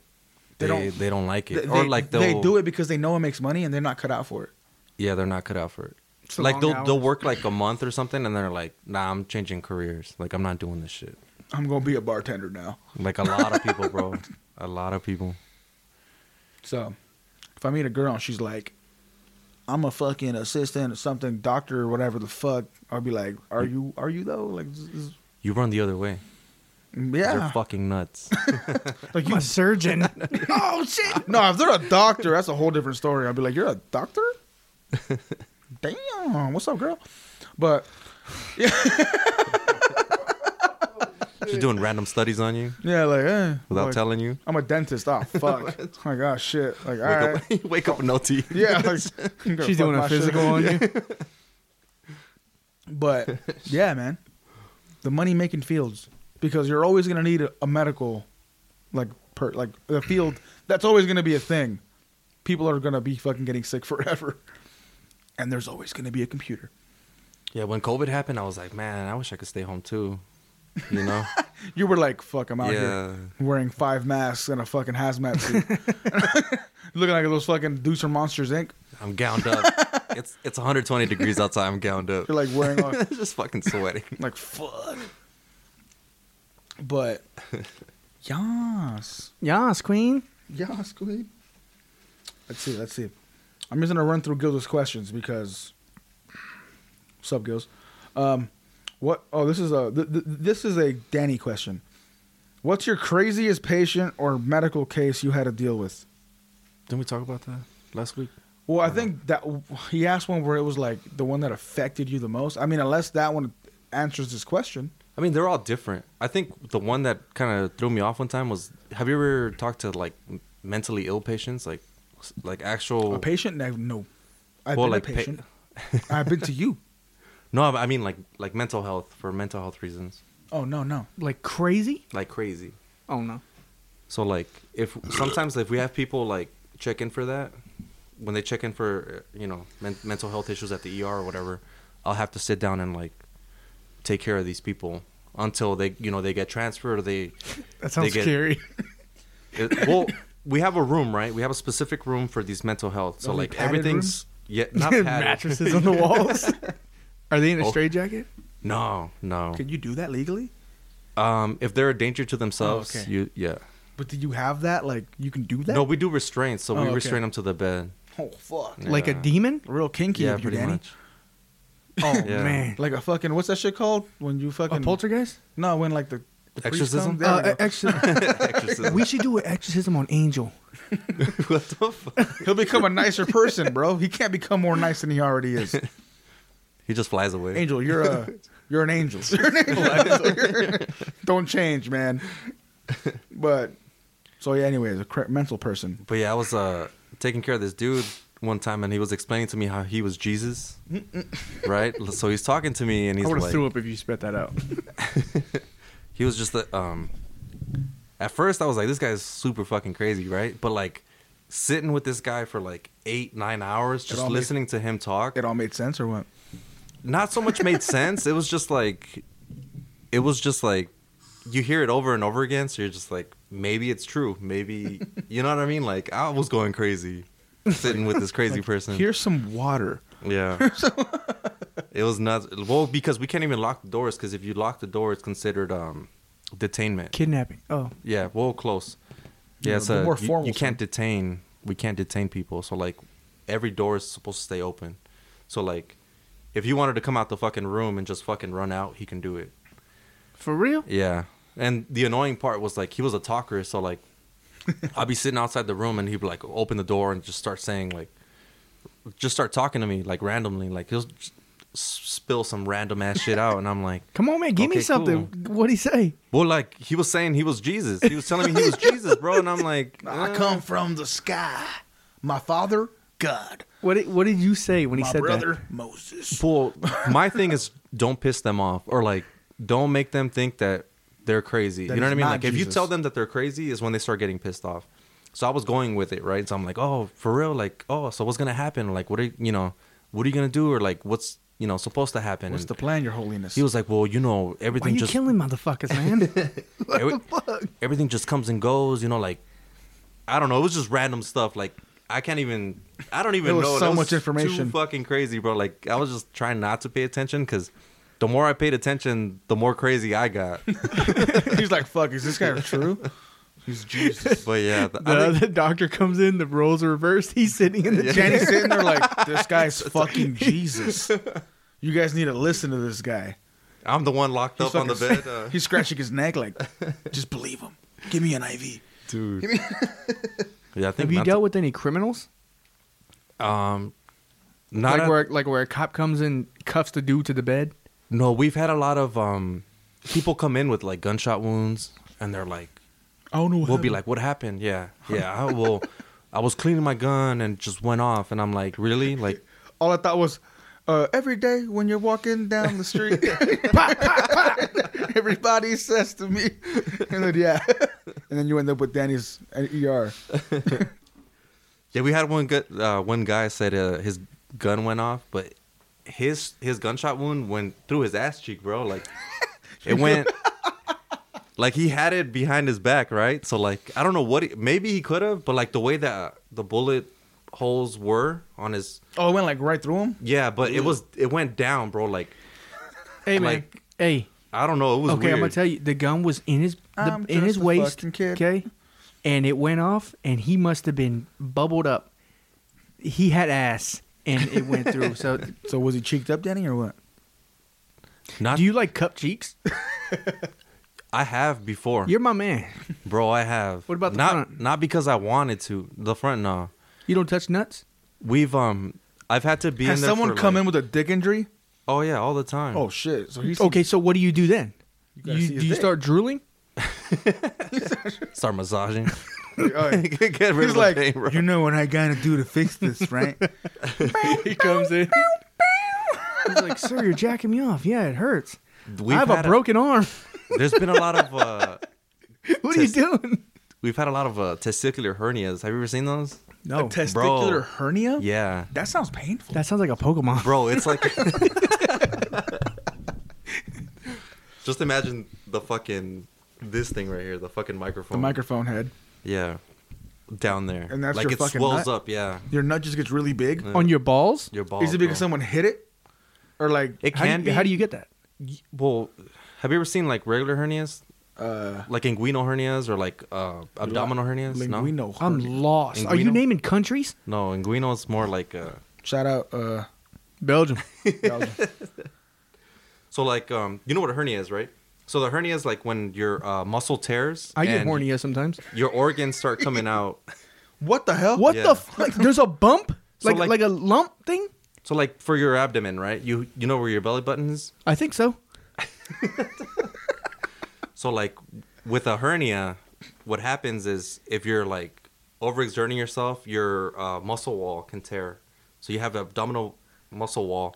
S1: They
S3: they they
S1: don't-
S3: don't, like
S1: (laughs)
S3: it,
S1: They,
S3: or like
S1: they
S3: they'll-
S1: do it because they know it makes money and they're not cut out for it.
S3: Yeah, they're not cut out for it.
S2: It's the long
S3: Like they'll they'll
S2: hours.
S3: work like a month or something, and they're like, "Nah, I'm changing careers. Like, I'm not doing this shit."
S1: I'm gonna be a bartender now.
S3: Like a lot of people, bro. A lot of people.
S1: So if I meet a girl and she's like, "I'm a fucking assistant or something, doctor or whatever the fuck," I'll be like, "Are
S3: Mm.
S1: you? Are you though? Like, z- z-
S3: You run the other way. They're
S1: yeah,
S3: fucking nuts.
S1: like
S2: I'm
S1: you?
S2: a
S1: (laughs)
S2: surgeon.
S1: oh shit! No, if they're a doctor, that's a whole different story. I'll be like, "You're a
S3: (laughs)
S1: doctor? Damn, what's up, girl?" But
S3: She's doing random studies on you
S1: yeah, like, eh,
S3: without
S1: like,
S3: telling you.
S1: I'm a dentist.
S3: (laughs)
S1: Oh fuck! oh my gosh, shit! Like, all
S3: wake,
S1: right.
S3: up, (laughs) wake up with no
S1: (laughs)
S3: teeth. (laughs)
S1: Yeah, like, I'm gonna
S2: She's
S1: fuck
S2: doing
S1: my
S2: a
S1: shit
S2: physical
S1: up.
S2: on you.
S1: (laughs)
S3: (laughs)
S1: But yeah, man, the money making fields because you're always gonna need a, a medical, like per like the field that's always gonna be a thing. People are gonna be fucking getting sick (laughs) forever, and there's always gonna be a computer.
S3: Yeah, when COVID happened, I was like, man, I wish I could stay home too.
S1: (laughs)
S3: You know?
S1: You were like, "Fuck, I'm out
S3: yeah.
S1: here wearing five masks and a fucking hazmat suit." (laughs) looking like those fucking dudes from Monsters Inc.
S3: I'm gowned up. it's it's 120 degrees outside. I'm gowned up. (laughs)
S1: You're like wearing all,
S3: just fucking sweating.
S1: like fuck. But yas,
S2: Yas, queen.
S1: yas, queen. Let's see. Let's see. I'm just gonna run through Gilda's questions because. What's up, Gills? Um, what? Oh, this is a th- th- this is a Danny question. What's your craziest patient or medical case you had to deal with?
S3: Didn't we talk about that last week?
S1: Well, I think that he asked one where it was like the one that affected you the most. I mean, unless that one answers this question.
S3: I mean, they're all different. I think the one that kind of threw me off one time was: Have you ever talked to like m- mentally ill patients, like s- like actual?
S1: A patient? No, No. I've
S3: Well,
S1: been
S3: like
S1: a
S3: pa- (laughs)
S1: patient. I've been to you.
S3: no, I mean like like mental health for mental health reasons,
S1: Oh no, no.
S2: Like crazy?
S3: like crazy.
S2: Oh no.
S3: So like if sometimes if we have people like check in for that, when they check in for uh, you know men- mental health issues at the ER or whatever, I'll have to sit down and like take care of these people until they you know they get transferred or they
S2: That
S3: sounds
S2: sounds
S3: get-
S2: scary.
S3: it- well, we have a room, right? We have a specific room for these mental health. So
S1: Are they
S3: like
S1: padded
S3: everything's yeah, (laughs)
S1: (laughs)
S3: not padded.
S2: Mattresses on the walls. (laughs) Are they in a
S3: Oh.
S2: straight jacket?
S3: No, no.
S1: Can you do that legally?
S3: Um, if they're a danger to themselves,
S1: Oh, okay.
S3: you yeah.
S1: But do you have that? Like you can do that?
S3: No, we do restraints, so
S1: Oh,
S3: we
S1: okay.
S3: restrain them to the bed.
S1: Oh fuck.
S2: Like a
S3: Yeah.
S2: demon?
S1: Real kinky
S3: Yeah,
S1: of you,
S3: pretty
S1: Danny.
S3: much. (laughs)
S2: Oh
S3: Yeah.
S2: man.
S1: Like a fucking what's that shit called when you fucking
S2: A (laughs) poltergeist?
S1: No, when like the, the priest
S3: Exorcism?
S1: comes? There we
S2: Uh,
S1: go.
S2: e- exorcism.
S3: (laughs) Exorcism.
S2: we should do an exorcism on Angel.
S3: (laughs) what the fuck?
S1: He'll become a nicer person, bro. He can't become more nice than he already is.
S3: He just flies away.
S1: Angel, you're a you're an angel. (laughs) You're an
S3: (laughs)
S1: angel. Don't change, man. But so yeah. Anyways, a cra- mental person.
S3: But yeah, I was uh, taking care of this dude one time, and he was explaining to me how he was Jesus, right? So he's talking to me, and he's
S2: I would have
S3: like,
S2: threw up if you spat that out.
S3: he was just the um. At first, I was like, this guy's super fucking crazy, right? But like, sitting with this guy for like eight, nine hours, just
S1: all made-
S3: listening to him
S1: (laughs)
S3: talk,
S1: It all made sense or what?
S3: not so much made sense. It was just like, it was just like, you hear it over and over again, so you're just like, maybe it's true, maybe you know what I mean? Like, I was going crazy. Sitting with this crazy person.
S1: Here's some water.
S3: Yeah. it was nuts. Well, because we can't even lock the doors because if you lock the door, it's considered um detainment.
S2: Kidnapping. Oh.
S3: yeah. Well, close.
S1: Yeah,
S3: Yeah. So
S1: the more
S3: you- you,
S1: formal
S3: can't detain. We can't detain people. So like, every door is supposed to stay open. So like, if you wanted to come out the fucking room and just fucking run out, he can do it.
S2: For real?
S3: Yeah. And the annoying part was like he was a talker, so like (laughs) I'd be sitting outside the room and he'd be like open the door and just start saying like just start talking to me like randomly. Like he'll s- spill some random ass shit out and I'm like
S2: Come on, man. Give me
S3: Okay,
S2: something. What'd he say?
S3: Well like he was saying he was Jesus. He was telling me
S1: (laughs)
S3: he was Jesus, bro, and I'm like
S1: I come from the sky. My father, God.
S2: What did, what did you say when he
S1: My
S2: said
S1: brother,
S2: that?
S1: Moses. (laughs)
S3: Well, my thing is don't piss them off or like don't make them think that they're crazy.
S1: That
S3: you know
S1: it's
S3: what I mean?
S1: not
S3: Like if you
S1: Jesus.
S3: tell them that they're crazy is when they start getting pissed off. So I was going with it, right? So I'm like, "Oh, for real? Like, oh, so what's going to happen? Like what are you, you know, what are you going to do or like what's, you know, supposed to happen?"
S1: What's
S3: And
S1: the plan, Your Holiness? (laughs)
S3: He was like, "Well, you know,
S2: Why
S3: everything
S2: you
S3: just
S2: killing
S3: (laughs)
S2: motherfuckers, man?
S3: every- everything just comes and goes, you know, like I don't know, it was just random stuff like I can't even. I don't even
S1: There was
S3: know.
S1: so
S3: That
S1: much
S3: too
S1: information.
S3: fucking crazy, bro. Like I was just trying not to pay attention because the more I paid attention, the more crazy I got.
S1: He's like, fuck. Is this
S3: (laughs)
S1: guy true? He's Jesus.
S3: But yeah, the,
S2: the,
S3: I think,
S2: the doctor comes in, the roles are reversed. He's sitting in the chair. (laughs)
S1: Danny's sitting there like, this
S3: (laughs)
S1: guy's fucking Jesus. You guys need to listen to this guy.
S3: I'm the one locked
S1: He's
S3: up on the
S1: fucking- (laughs)
S3: bed, uh,
S1: he's scratching his neck (laughs) like, just believe him. Give me an IV.
S3: dude. yeah, I think
S2: Have you
S3: not to-
S2: dealt with any criminals?
S3: um, not
S2: Like
S3: at-
S2: where like where a cop comes in, cuffs the dude to the bed.
S3: No, we've had a lot of um, people come in with like gunshot wounds, and they're like,
S1: I don't know.
S3: we'll be like, "What happened?" Yeah, yeah. I, well, I was cleaning my gun and it just went off, and I'm like, "Really?" Like,
S1: all I thought was, uh, every day when you're walking down the (laughs) street, everybody says to me, (laughs) and then, yeah, (laughs) and then you end up with Danny's uh, ER.
S3: yeah, we had one good uh, one guy said uh, his gun went off, but
S2: (laughs)
S3: his his gunshot wound went through his ass cheek, bro. Like, it went. like he had it behind his back, right? So like I don't know what he, maybe he could have, but like the way that the bullet holes were on his
S1: Oh, it went like right through him.
S3: yeah, but it was it went down, bro. Like
S2: Hey man.
S3: Like-
S2: hey.
S3: I don't know, it was
S2: Okay, I'm gonna tell you, the gun was in his the,
S1: I'm
S2: in his
S1: just a
S2: waist.
S1: fucking kid.
S2: Okay, and it went off, and he must have been bubbled up. He had ass, and it
S1: (laughs)
S2: went through. So,
S1: So was he cheeked up, Danny, or what?
S3: Not
S2: do you like cup cheeks?
S3: I have before,
S2: You're my man.
S3: bro. I have.
S2: What about the
S3: not
S2: front?
S3: not because I wanted to the front? No,
S2: You don't touch nuts.
S3: we've um I've had to be
S1: Has
S3: in there
S1: someone
S3: for,
S1: come
S3: like-
S1: in with a dick injury?
S3: Oh yeah, all the time.
S1: Oh shit! So he's (laughs)
S2: Okay, so what do you do then? You,
S1: gotta see his
S2: do you
S1: dick.
S2: start drooling?
S1: (laughs)
S3: start massaging.
S1: Alright.
S3: Get rid of
S1: He's
S3: the
S1: like,
S3: pain, bro.
S1: you know what I gotta do to fix this, (laughs) right?
S2: (laughs) He comes in. He's like, "Sir, you're jacking me off. Yeah, it hurts.
S3: We've
S2: I have a
S3: had
S2: broken arm.
S3: (laughs) There's been a lot of uh
S2: (laughs) what are you
S3: Test-
S2: doing?"
S3: we've had a lot of uh, testicular hernias. Have you ever seen those?
S1: no, a testicular hernia.
S3: Yeah.
S1: that sounds painful.
S2: That sounds like a Pokemon.
S3: Bro, it's like Just imagine the fucking this thing right here, the fucking microphone.
S1: the microphone head.
S3: Yeah. Down there.
S1: And that's
S3: like
S1: your
S3: it
S1: fucking
S3: swells
S1: nut?
S3: up, yeah.
S1: Your nut just gets really big.
S3: Yeah.
S2: On your balls?
S3: Your balls.
S1: Is it because
S3: bro.
S1: someone hit it, or like
S3: It
S2: How do
S3: can
S2: you-
S3: be.
S2: How do you get that?
S3: Well, have you ever seen like regular hernias?
S1: uh,
S3: Like inguinal hernias or like uh, abdominal hernias? no.
S1: linguinal?
S2: I'm
S1: hernia.
S2: lost. Are you
S3: Inguinal?
S2: naming countries?
S3: No, inguinal is more like uh
S1: Shout out, uh,
S2: Belgium.
S1: (laughs) Belgium.
S3: so like um you know what a hernia is, right? So the hernia is like when your uh, muscle tears
S2: I get
S3: and
S2: horny sometimes.
S3: your organs start coming out.
S1: what the hell?
S2: What
S3: Yeah.
S2: the f- like, There's a bump,
S3: So,
S2: like,
S3: like-
S2: like a lump thing.
S3: So like for your abdomen, right? You you know where your belly button is?
S2: I think so.
S3: So like with a hernia, what happens is if you're like overexerting yourself, your uh, muscle wall can tear. So you have abdominal muscle wall.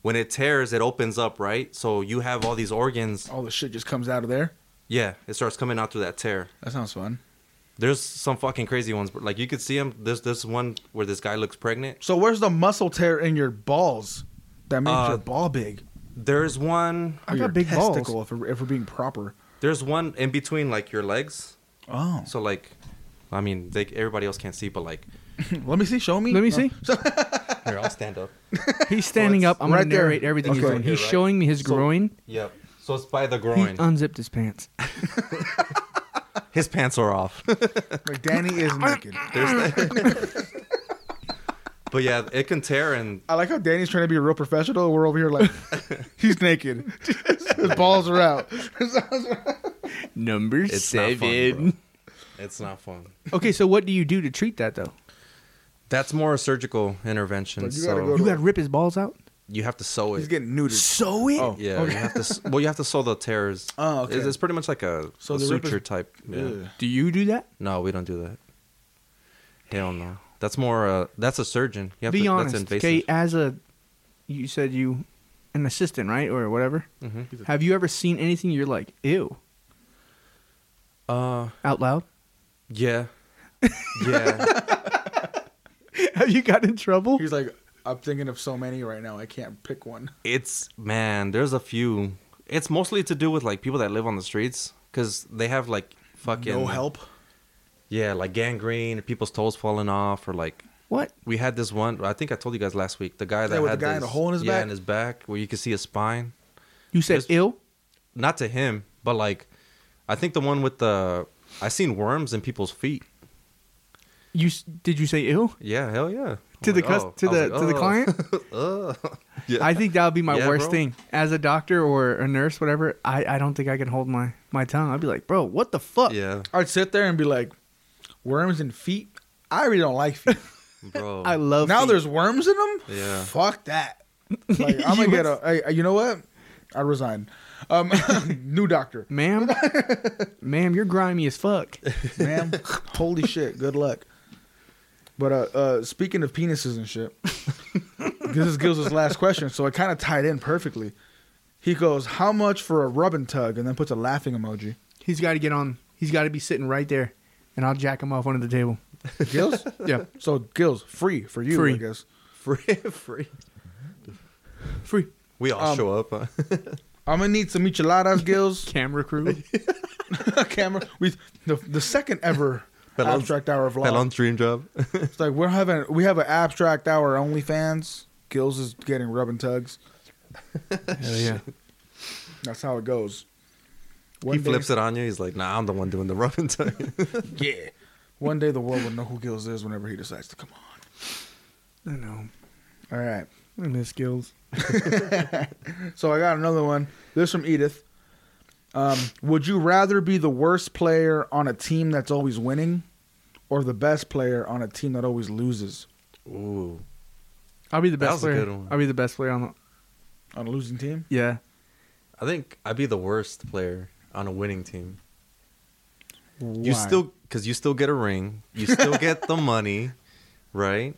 S3: When it tears, it opens up, right? So you have all these organs.
S1: All the shit just comes out of there.
S3: Yeah, it starts coming out through that tear.
S1: That sounds fun.
S3: There's some fucking crazy ones, but like you could see them. There's this one where this guy looks pregnant.
S1: So where's the muscle tear in your balls that makes
S3: Uh,
S1: your ball big?
S3: There's one.
S2: I
S1: Or
S2: got
S1: your
S2: big balls.
S1: testicle If we're, if we're being proper.
S3: There's one in between like your legs.
S1: Oh,
S3: So like, I mean, they, everybody else can't see, but like,
S1: (laughs) let me see. Show me.
S2: Let me
S1: No.
S2: see.
S3: here I'll stand up.
S2: He's standing
S3: it's
S2: up. I'm
S1: right
S2: gonna
S1: there.
S2: narrate everything he's
S1: Okay.
S2: doing. He's
S3: Here, right?
S2: showing me his
S3: So-
S2: groin.
S3: Yep. So it's by the
S2: He
S3: groin.
S2: unzipped his pants.
S3: His pants are off. (laughs)
S1: Like Danny (laughs) is naked.
S3: but yeah, it can tear and
S1: I like how Danny's trying to be a real professional. We're over here
S3: (laughs)
S1: like he's naked. His balls are out.
S2: Number
S3: it's not fun. Bro. It's not fun.
S2: okay, so what do you do to treat that though?
S3: That's more a surgical intervention.
S1: But you
S3: so
S1: gotta go
S2: You
S1: to-
S2: gotta rip his balls out.
S3: you have to sew it.
S1: He's getting neutered.
S2: Sew it.
S1: Oh. (laughs)
S3: yeah, you have to. s- Well, you have to sew the tears.
S1: Oh, okay.
S3: It's, it's pretty much like a,
S1: So
S3: a
S1: the rip is-
S3: suture type. Yeah.
S1: Ugh.
S2: Do you do that?
S3: No, we don't do that. Hell no. That's more. Uh, that's a surgeon. You have
S2: Be
S3: to,
S2: honest.
S3: That's invasive.
S2: okay, as a, you said you, an assistant, right, or whatever.
S3: Mhm.
S2: Have you ever seen anything you're like, ew,
S3: Uh,
S2: out loud?
S1: (laughs)
S3: yeah, yeah.
S2: Have you got in trouble?
S1: He's like, I'm thinking of so many right now. I can't pick one.
S3: It's man, there's a few. It's mostly to do with like people that live on the streets because they have like fucking
S1: No help.
S3: Yeah, like gangrene, people's toes falling off, or like
S2: What?
S3: we had this one. I think I told you guys last week. The guy that
S1: with the
S3: had
S1: guy in
S3: this,
S1: the hole in his
S3: yeah,
S1: back?
S3: in his back, where you could see his spine.
S2: You said
S3: Just-
S2: ill?
S3: Not to him, but like I think the one with the I seen worms in people's feet.
S2: You s- did you say ill?
S3: Yeah, hell yeah.
S2: To
S3: I'm
S2: the
S3: like,
S2: cus-
S3: oh.
S2: to
S3: I was
S2: the
S3: like,
S2: to the
S3: oh.
S2: client?
S3: Ugh. yeah.
S2: I think that would be my
S3: Yeah,
S2: worst
S3: bro.
S2: thing. As a doctor or a nurse, whatever, I, I don't think I can hold my, my tongue. I'd be like, bro, what the fuck?
S3: (laughs) yeah,
S1: I'd sit there and be like, worms and feet. I really don't like (laughs) feet.
S3: bro.
S2: I love
S1: now
S2: feet.
S1: there's worms in them.
S3: Yeah.
S1: Fuck (laughs) that. Like, I'm gonna get a. I, I- you know what? I resign. Um, (laughs) new (laughs) doctor,
S2: ma'am. ma'am, you're grimy as fuck.
S1: ma'am. Holy shit. Good luck. But uh, uh, speaking of penises and (laughs) shit, this is Gil's last question, so it kind of tied in perfectly. He goes, "How much for a rub and tug?" and then puts a laughing emoji.
S2: He's gotta get on he's gotta be sitting right there and I'll jack him off under the table.
S1: (laughs) Gills.
S3: (laughs)
S2: Yeah.
S1: So Gills, free for you,
S2: Free.
S1: I guess.
S3: free, free.
S2: Free.
S3: We all
S1: Um,
S3: (laughs) show up. uh, Huh?
S1: I'm gonna need some micheladas, Gills. (laughs)
S2: Camera crew.
S1: Camera. We the, the second
S3: (laughs)
S1: ever
S3: Pelon-
S1: abstract hour vlog.
S3: That on dream job. (laughs)
S1: It's like we're having we have an abstract hour OnlyFans. Gills is getting rub and tugs.
S3: (laughs)
S2: yeah.
S1: That's how it goes.
S3: he flips it on you. He's like, "Nah, I'm the one doing the rub and tug."
S1: (laughs) Yeah. One day the world will know who Gills is whenever he decides to come on.
S2: I know.
S1: All right.
S2: I miss skills.
S1: So I got another one. This from Edith. Um, would you rather be the worst player on a team that's always winning, or the best player on a team that always loses
S3: (laughs) Ooh,
S2: I'll be the
S3: That
S2: best
S3: was a
S2: player.
S3: good one.
S2: I'll be the best player on. The,
S1: on a losing team?
S2: yeah.
S3: I think I'd be the worst player on a winning team. You
S1: Why?
S3: still, because you still get a ring. You still get
S2: (laughs)
S3: the money, right?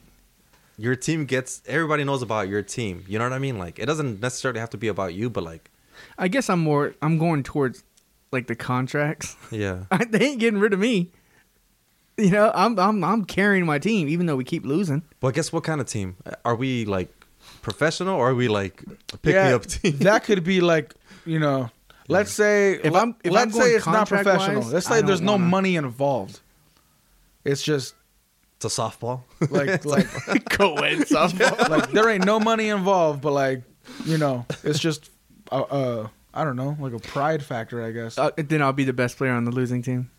S3: Your team gets. Everybody knows about your team. You know what I mean? Like, it doesn't necessarily have to be about you, but like,
S2: I guess I'm more. I'm going towards like the contracts. (laughs)
S3: yeah,
S2: they ain't getting rid of me. You know, I'm I'm I'm carrying my team, even though we keep losing.
S3: But guess what kind of team? Are we like professional or are we like a pick me
S1: Yeah,
S3: up
S1: (laughs)
S3: team?
S1: that could be like you know. Let's say
S2: If
S1: let,
S2: I'm- if
S1: let's
S2: I'm
S1: say
S2: going
S1: it's not
S2: contract-wise,
S1: professional. let's
S2: I
S1: say
S2: don't
S1: there's no
S2: wanna-
S1: money involved. It's
S2: (laughs)
S1: just
S3: (laughs) It's a softball.
S1: like like (laughs)
S2: Co-ed softball.
S1: like there ain't no money involved, but like you know, it's just uh, uh I don't know, like a pride factor, I guess.
S2: uh, then I'll be the best player on the losing (laughs) team.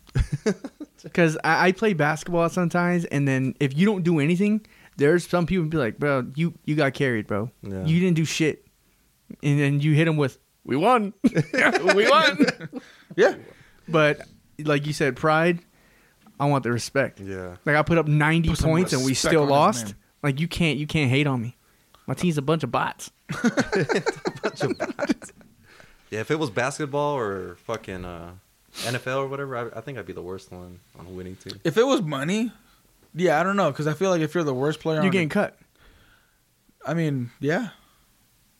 S2: Because I, I play basketball sometimes, and then if you don't do anything, there's some people be like, "Bro, you you got carried, bro.
S3: Yeah.
S2: You didn't do shit." And then you hit them with, "We won, (laughs) we won."
S1: yeah,
S2: But like you said, pride. I want the respect.
S3: yeah.
S2: Like I put up 90
S1: Put some
S2: points and we
S1: respect
S2: still
S1: on his
S2: lost.
S1: name.
S2: Like you can't you can't hate on me. My team's a bunch of bots.
S3: Yeah, if it was basketball or fucking uh, NFL or whatever, I, I think I'd be the worst one on a winning team.
S1: if it was money, yeah, I don't know, because I feel like if you're the worst player,
S2: You're
S1: on
S2: getting cut.
S1: the, I mean, yeah,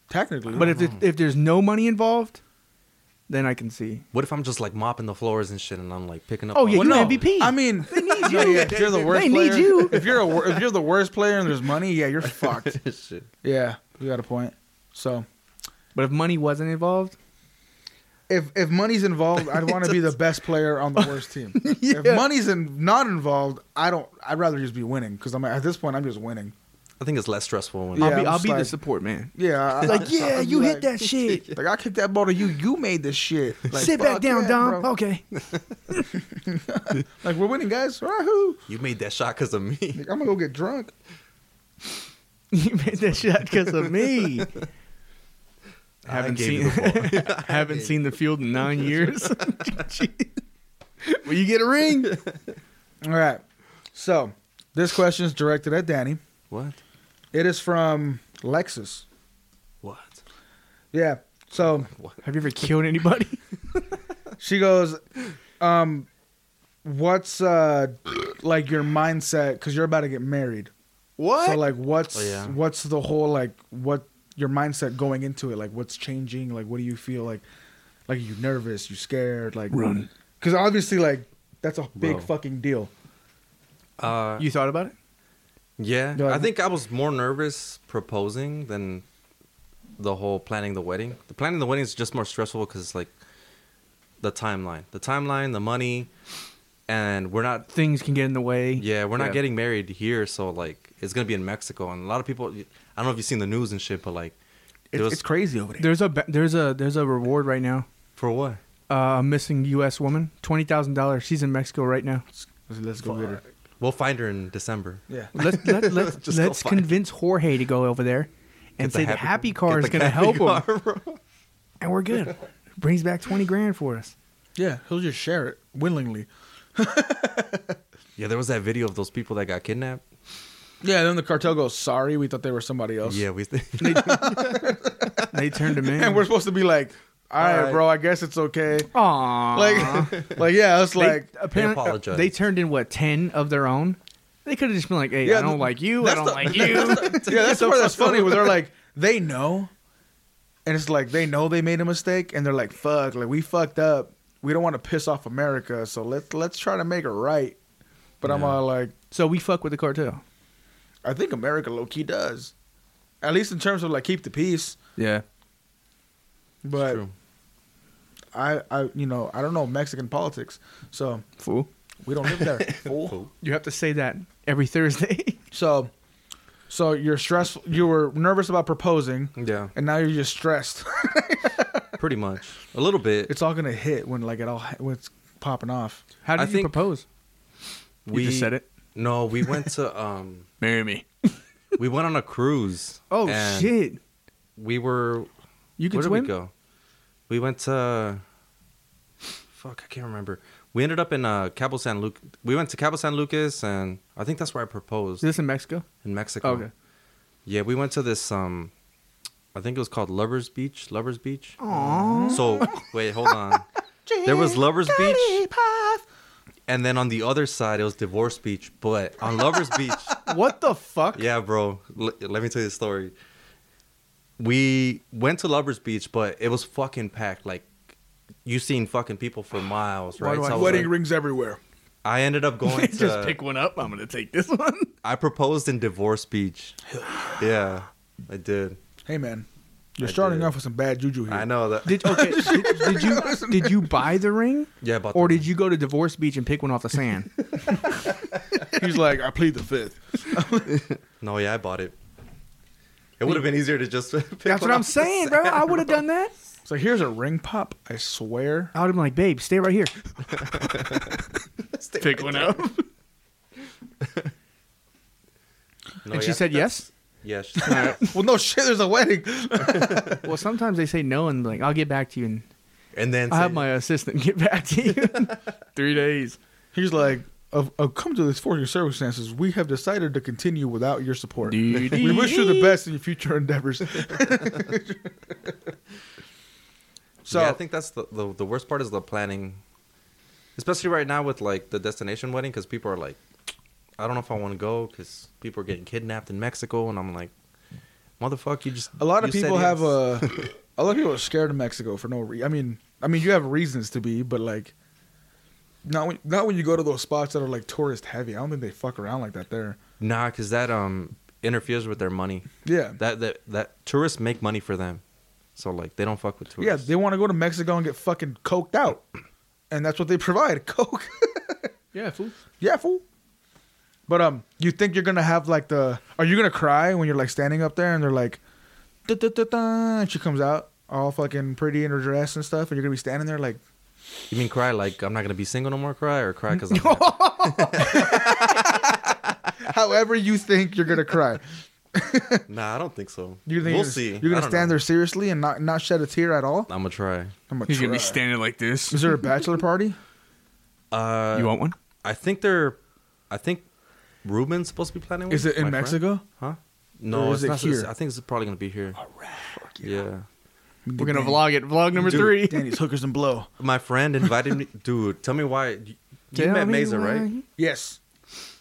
S1: technically,
S2: But if there, if there's no money involved, then I can see.
S3: What if I'm just like mopping the floors and shit and I'm like picking up?
S2: Oh,
S3: all
S2: yeah,
S3: the-
S2: you an MVP.
S1: I
S2: (laughs)
S1: mean, they need you. (laughs) yeah, if you're the worst
S2: They need
S1: player-
S2: you.
S1: If you're a wor- if you're the worst player and there's money, yeah, you're
S2: (laughs)
S1: fucked.
S3: shit.
S1: Yeah, you got a point. So
S2: But if money wasn't involved,
S1: if if money's involved, I'd want to be the (laughs) best player on the worst (laughs) team. If money's in, not involved, I don't. I'd rather just be winning because I'm at this point. I'm just winning.
S3: I think it's less stressful when.
S1: Yeah,
S2: I'll
S1: I'm
S2: be I'll
S1: just
S2: be the
S1: like-
S2: support man.
S1: Yeah, I-
S2: Like
S1: I-
S2: yeah,
S1: I'd be
S2: you
S1: like-
S2: hit that shit.
S1: Like I kicked that ball to you. You made this shit. (laughs) Like,
S2: Sit back
S1: fuck
S2: down,
S1: yeah,
S2: Dom.
S1: bro.
S2: Okay.
S1: Like we're winning, guys. Wahoo!
S3: You made that shot because of me.
S2: (laughs)
S1: Like, I'm gonna go get drunk.
S2: you made that shot because of me. haven't
S3: gave you
S2: seen
S3: the
S2: (laughs)
S3: (laughs)
S2: haven't seen the field in nine years. Will you get a ring?
S1: All right. So this question is directed at Danny.
S3: ball. what?
S1: It is from Lexus.
S3: What?
S1: Yeah. So
S2: Have you ever killed anybody?
S1: she goes, um, what's uh like your mindset? Because you're about to get married.
S2: What?
S1: So like, what's
S3: Oh, yeah.
S1: what's the whole like what your mindset going into it? Like, what's changing? Like, what do you feel like? Like, are you nervous? You scared? Like, run? Because obviously, like, that's a big
S3: Bro.
S1: fucking deal.
S3: Uh,
S2: you thought about it?
S3: yeah,
S1: No, I
S3: I think I was more nervous proposing than the whole planning the wedding. The planning the wedding is just more stressful because it's like the timeline, the timeline, the money, and we're not
S2: Things can get in the way.
S3: Yeah, we're not
S2: Yeah.
S3: getting married here, so like it's gonna be in Mexico, and a lot of people. I don't know if you've seen the news and shit, but like, it
S1: It's,
S3: was
S1: it's crazy over there.
S2: There's a ba- there's a there's a reward right now.
S3: for what?
S2: Uh, a missing U.S. woman, twenty thousand dollars. She's in Mexico right now.
S1: Let's go get her.
S3: We'll find her in December.
S1: Yeah.
S3: (laughs)
S2: Let's let, let's,
S3: Just go
S2: let's
S3: find-
S2: convince Jorge to go over there and
S3: Get the
S2: say the happy
S3: happy- get
S2: car is
S3: the
S2: going to
S3: happy
S2: help him,
S3: car, bro.
S2: and we're good. Brings back twenty grand for us.
S1: (laughs) Yeah, he'll just share it willingly.
S3: Yeah, there was that video of those people that got kidnapped.
S1: Yeah, then the cartel goes, "Sorry, we thought they were somebody else."
S2: (laughs)
S3: Yeah, we. (laughs)
S2: They turned him
S1: (laughs)
S2: in.
S1: and we're supposed to be like, "All right,
S3: All right.
S1: bro, I guess it's okay."
S2: Aw.
S1: Like, (laughs) like yeah, it's
S2: They- (laughs)
S1: like
S2: apparent-
S3: They apologized.
S2: They turned in what ten of their own. They could have just been like, "Hey,
S1: Yeah,
S2: I don't
S1: th-
S2: like you.
S1: that's
S2: I don't
S1: the-
S2: like you."
S1: yeah, that's the part that's funny. Where they're like, they know, and it's like they know they made a mistake, and they're like, "Fuck, like we fucked up. We don't want to piss off America, so let's let's try to make it right." But I'm
S3: Yeah.
S1: all like,
S2: so we fuck with the cartel.
S1: I think America low key does, at least in terms of like keep the peace.
S2: Yeah.
S1: But
S3: true.
S1: I, I, you know, I don't know Mexican politics, so
S2: Fool.
S1: we don't live
S3: (laughs)
S1: there.
S2: You have to say that every (laughs) Thursday.
S1: So, so you're stressful. You were nervous about proposing,
S3: Yeah,
S1: and now you're just stressed. (laughs)
S3: pretty much. A little bit.
S1: it's all gonna hit when like it all when it's popping off.
S2: How did
S3: I
S2: you
S3: think-
S2: propose?
S3: we
S2: just said it.
S3: No, we went to um,
S2: Marry me.
S3: we went on a cruise.
S2: Oh
S3: and
S2: shit!
S3: We were.
S2: You can
S3: where
S2: swim.
S3: did we go? We went to. Fuck, I can't remember. We ended up in uh, Cabo San Luc. We went to Cabo San Lucas, and I think that's where I proposed
S2: Is this in Mexico?
S3: in Mexico.
S2: Okay.
S3: Yeah, we went to this. Um, I think it was called Lovers Beach. Lovers Beach.
S2: Aww.
S3: So wait, hold on. there was Lovers Beach, and then on the other side it was Divorce Beach. But on Lovers Beach,
S2: What the fuck? (laughs)
S3: yeah, bro. L- let me tell you the story. We went to Lovers Beach, but it was fucking packed. Like you seen fucking people for miles, right? So I, was
S1: Wedding
S3: like-
S1: rings everywhere.
S3: I
S2: (laughs)
S3: ended up going to.
S2: Just pick one up. I'm gonna take this one.
S3: I proposed in
S2: (sighs)
S3: Divorce Beach. yeah, I did.
S1: Hey man, you're
S3: I
S1: starting
S3: did.
S1: off with some bad juju here.
S3: I know that.
S2: Did okay? did, did you did you buy the ring,
S3: yeah, about
S2: or
S3: the-
S2: did you go to Divorce Beach and pick one off the sand?
S1: (laughs) He's like, I plead the fifth.
S3: No, yeah, I bought it. It would have been easier to just. (laughs) pick
S2: That's
S3: one
S2: what I'm
S3: up. (laughs)
S2: saying, bro. I would have done that.
S1: So here's a ring pop. I swear. (laughs)
S2: I would have been like, babe, stay right here.
S3: Stick
S2: Pick
S3: right
S2: one
S3: there.
S2: up.
S3: (laughs) No,
S2: And she
S3: yeah,
S2: said yes.
S3: yes. she-
S1: well, no shit. There's a wedding.
S2: (laughs) Well, sometimes they say no and like, I'll get back to you, and
S3: And then
S2: I will have
S3: say-
S2: my assistant get back to you. (laughs) Three days.
S1: He's like, of, of come to this for your circumstances. We have decided to continue without your support. (laughs) We wish you the best in your future endeavors. (laughs) so
S3: yeah, I think that's the, the the worst part is the planning, especially right now with like the destination wedding because people are like, I don't know if I want to go because people are getting kidnapped in Mexico and I'm like, motherfucker, you just
S1: a lot of
S3: you said
S1: people have
S3: yes."
S1: uh
S3: (laughs)
S1: a lot of people are scared of Mexico for no reason. I mean, I mean, you have reasons to be, but like, not when not when you go to those spots that are like tourist heavy. I don't think they fuck around like that there.
S3: nah because that um interferes with their money.
S1: Yeah,
S3: That that that tourists make money for them, so like they don't fuck with
S1: yeah,
S3: tourists.
S1: they want to go to Mexico and get fucking coked out, and that's what they provide, (laughs) coke.
S2: Yeah, fool.
S1: Yeah, fool. But um, you think you're gonna have like the? Are you gonna cry when you're like standing up there and they're like, da da da da? And she comes out all fucking pretty in her dress and stuff, and you're gonna be standing there like,
S3: You mean cry like I'm not gonna be single no more? Cry or
S1: (laughs)
S3: cry because I'm happy?
S1: however you think you're gonna cry.
S3: (laughs) nah, I don't think so.
S1: You think you're,
S3: we'll see.
S1: You're gonna stand there seriously and not not shed a tear at all.
S3: I'm gonna try.
S1: I'm gonna,
S2: He's gonna be
S1: try.
S2: standing like this.
S1: Is there a bachelor party?
S3: Uh,
S2: You want one?
S3: I think they're. I think Ruben's supposed to be planning. One,
S1: Is it in
S3: my friend.
S1: Mexico?
S3: Huh? No,
S1: Or
S3: it's
S1: is it
S3: not, it's-
S1: here?
S3: I think it's probably gonna be here. yeah.
S2: We're gonna vlog it. Vlog number
S3: Dude,
S2: three. (laughs)
S1: Danny's hookers and blow.
S3: My friend invited me. (laughs) Dude, tell me why. You
S2: Tell
S3: met
S2: me
S3: Mesa, right?
S2: why.
S1: (laughs) Yes.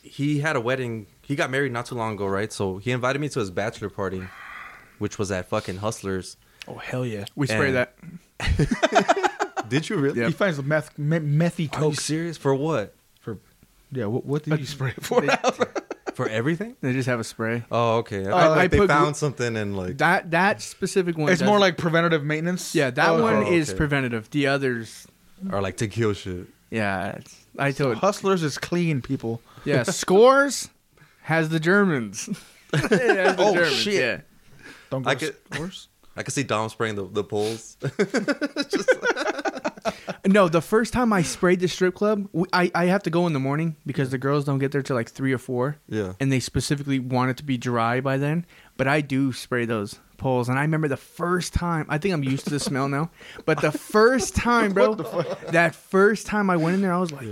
S3: He had a wedding. He got married not too long ago, right? So he invited me to his bachelor party, which was at fucking Hustlers.
S1: Oh hell yeah.
S2: We spray
S3: And-
S2: that.
S3: Did you really?
S2: Yeah.
S1: He finds the meth me- methy
S3: Are you
S1: coke.
S3: serious? For what?
S1: For Oh, yeah, what, what did you spray it (laughs) for?
S3: For everything?
S2: They just have a spray.
S3: Oh, okay.
S2: Uh,
S3: I, thought
S2: I
S3: they
S2: put-
S3: found something and like.
S2: That that specific one.
S1: It's more
S2: doesn't-
S1: like preventative maintenance.
S2: yeah. That
S1: one
S2: one
S3: oh,
S2: is
S3: okay.
S2: preventative. The others,
S3: or like to kill shit.
S2: yeah. It's, I (laughs) told.
S1: Hustlers is clean, people.
S2: Yeah, scores has the Germans. (laughs) It has the
S1: Oh, shit.
S2: Yeah.
S1: Don't go
S3: I could-
S1: scores.
S3: I could see Dom spraying the, the poles. (laughs)
S2: No, the first time I sprayed the strip club, we, I, I have to go in the morning because the girls don't get there till like three or four.
S3: Yeah.
S2: And they specifically want it to be dry by then. But I do spray those poles. And I remember the first time, I think I'm used to the smell now, but the first time, bro, that first time I went in there, I was like,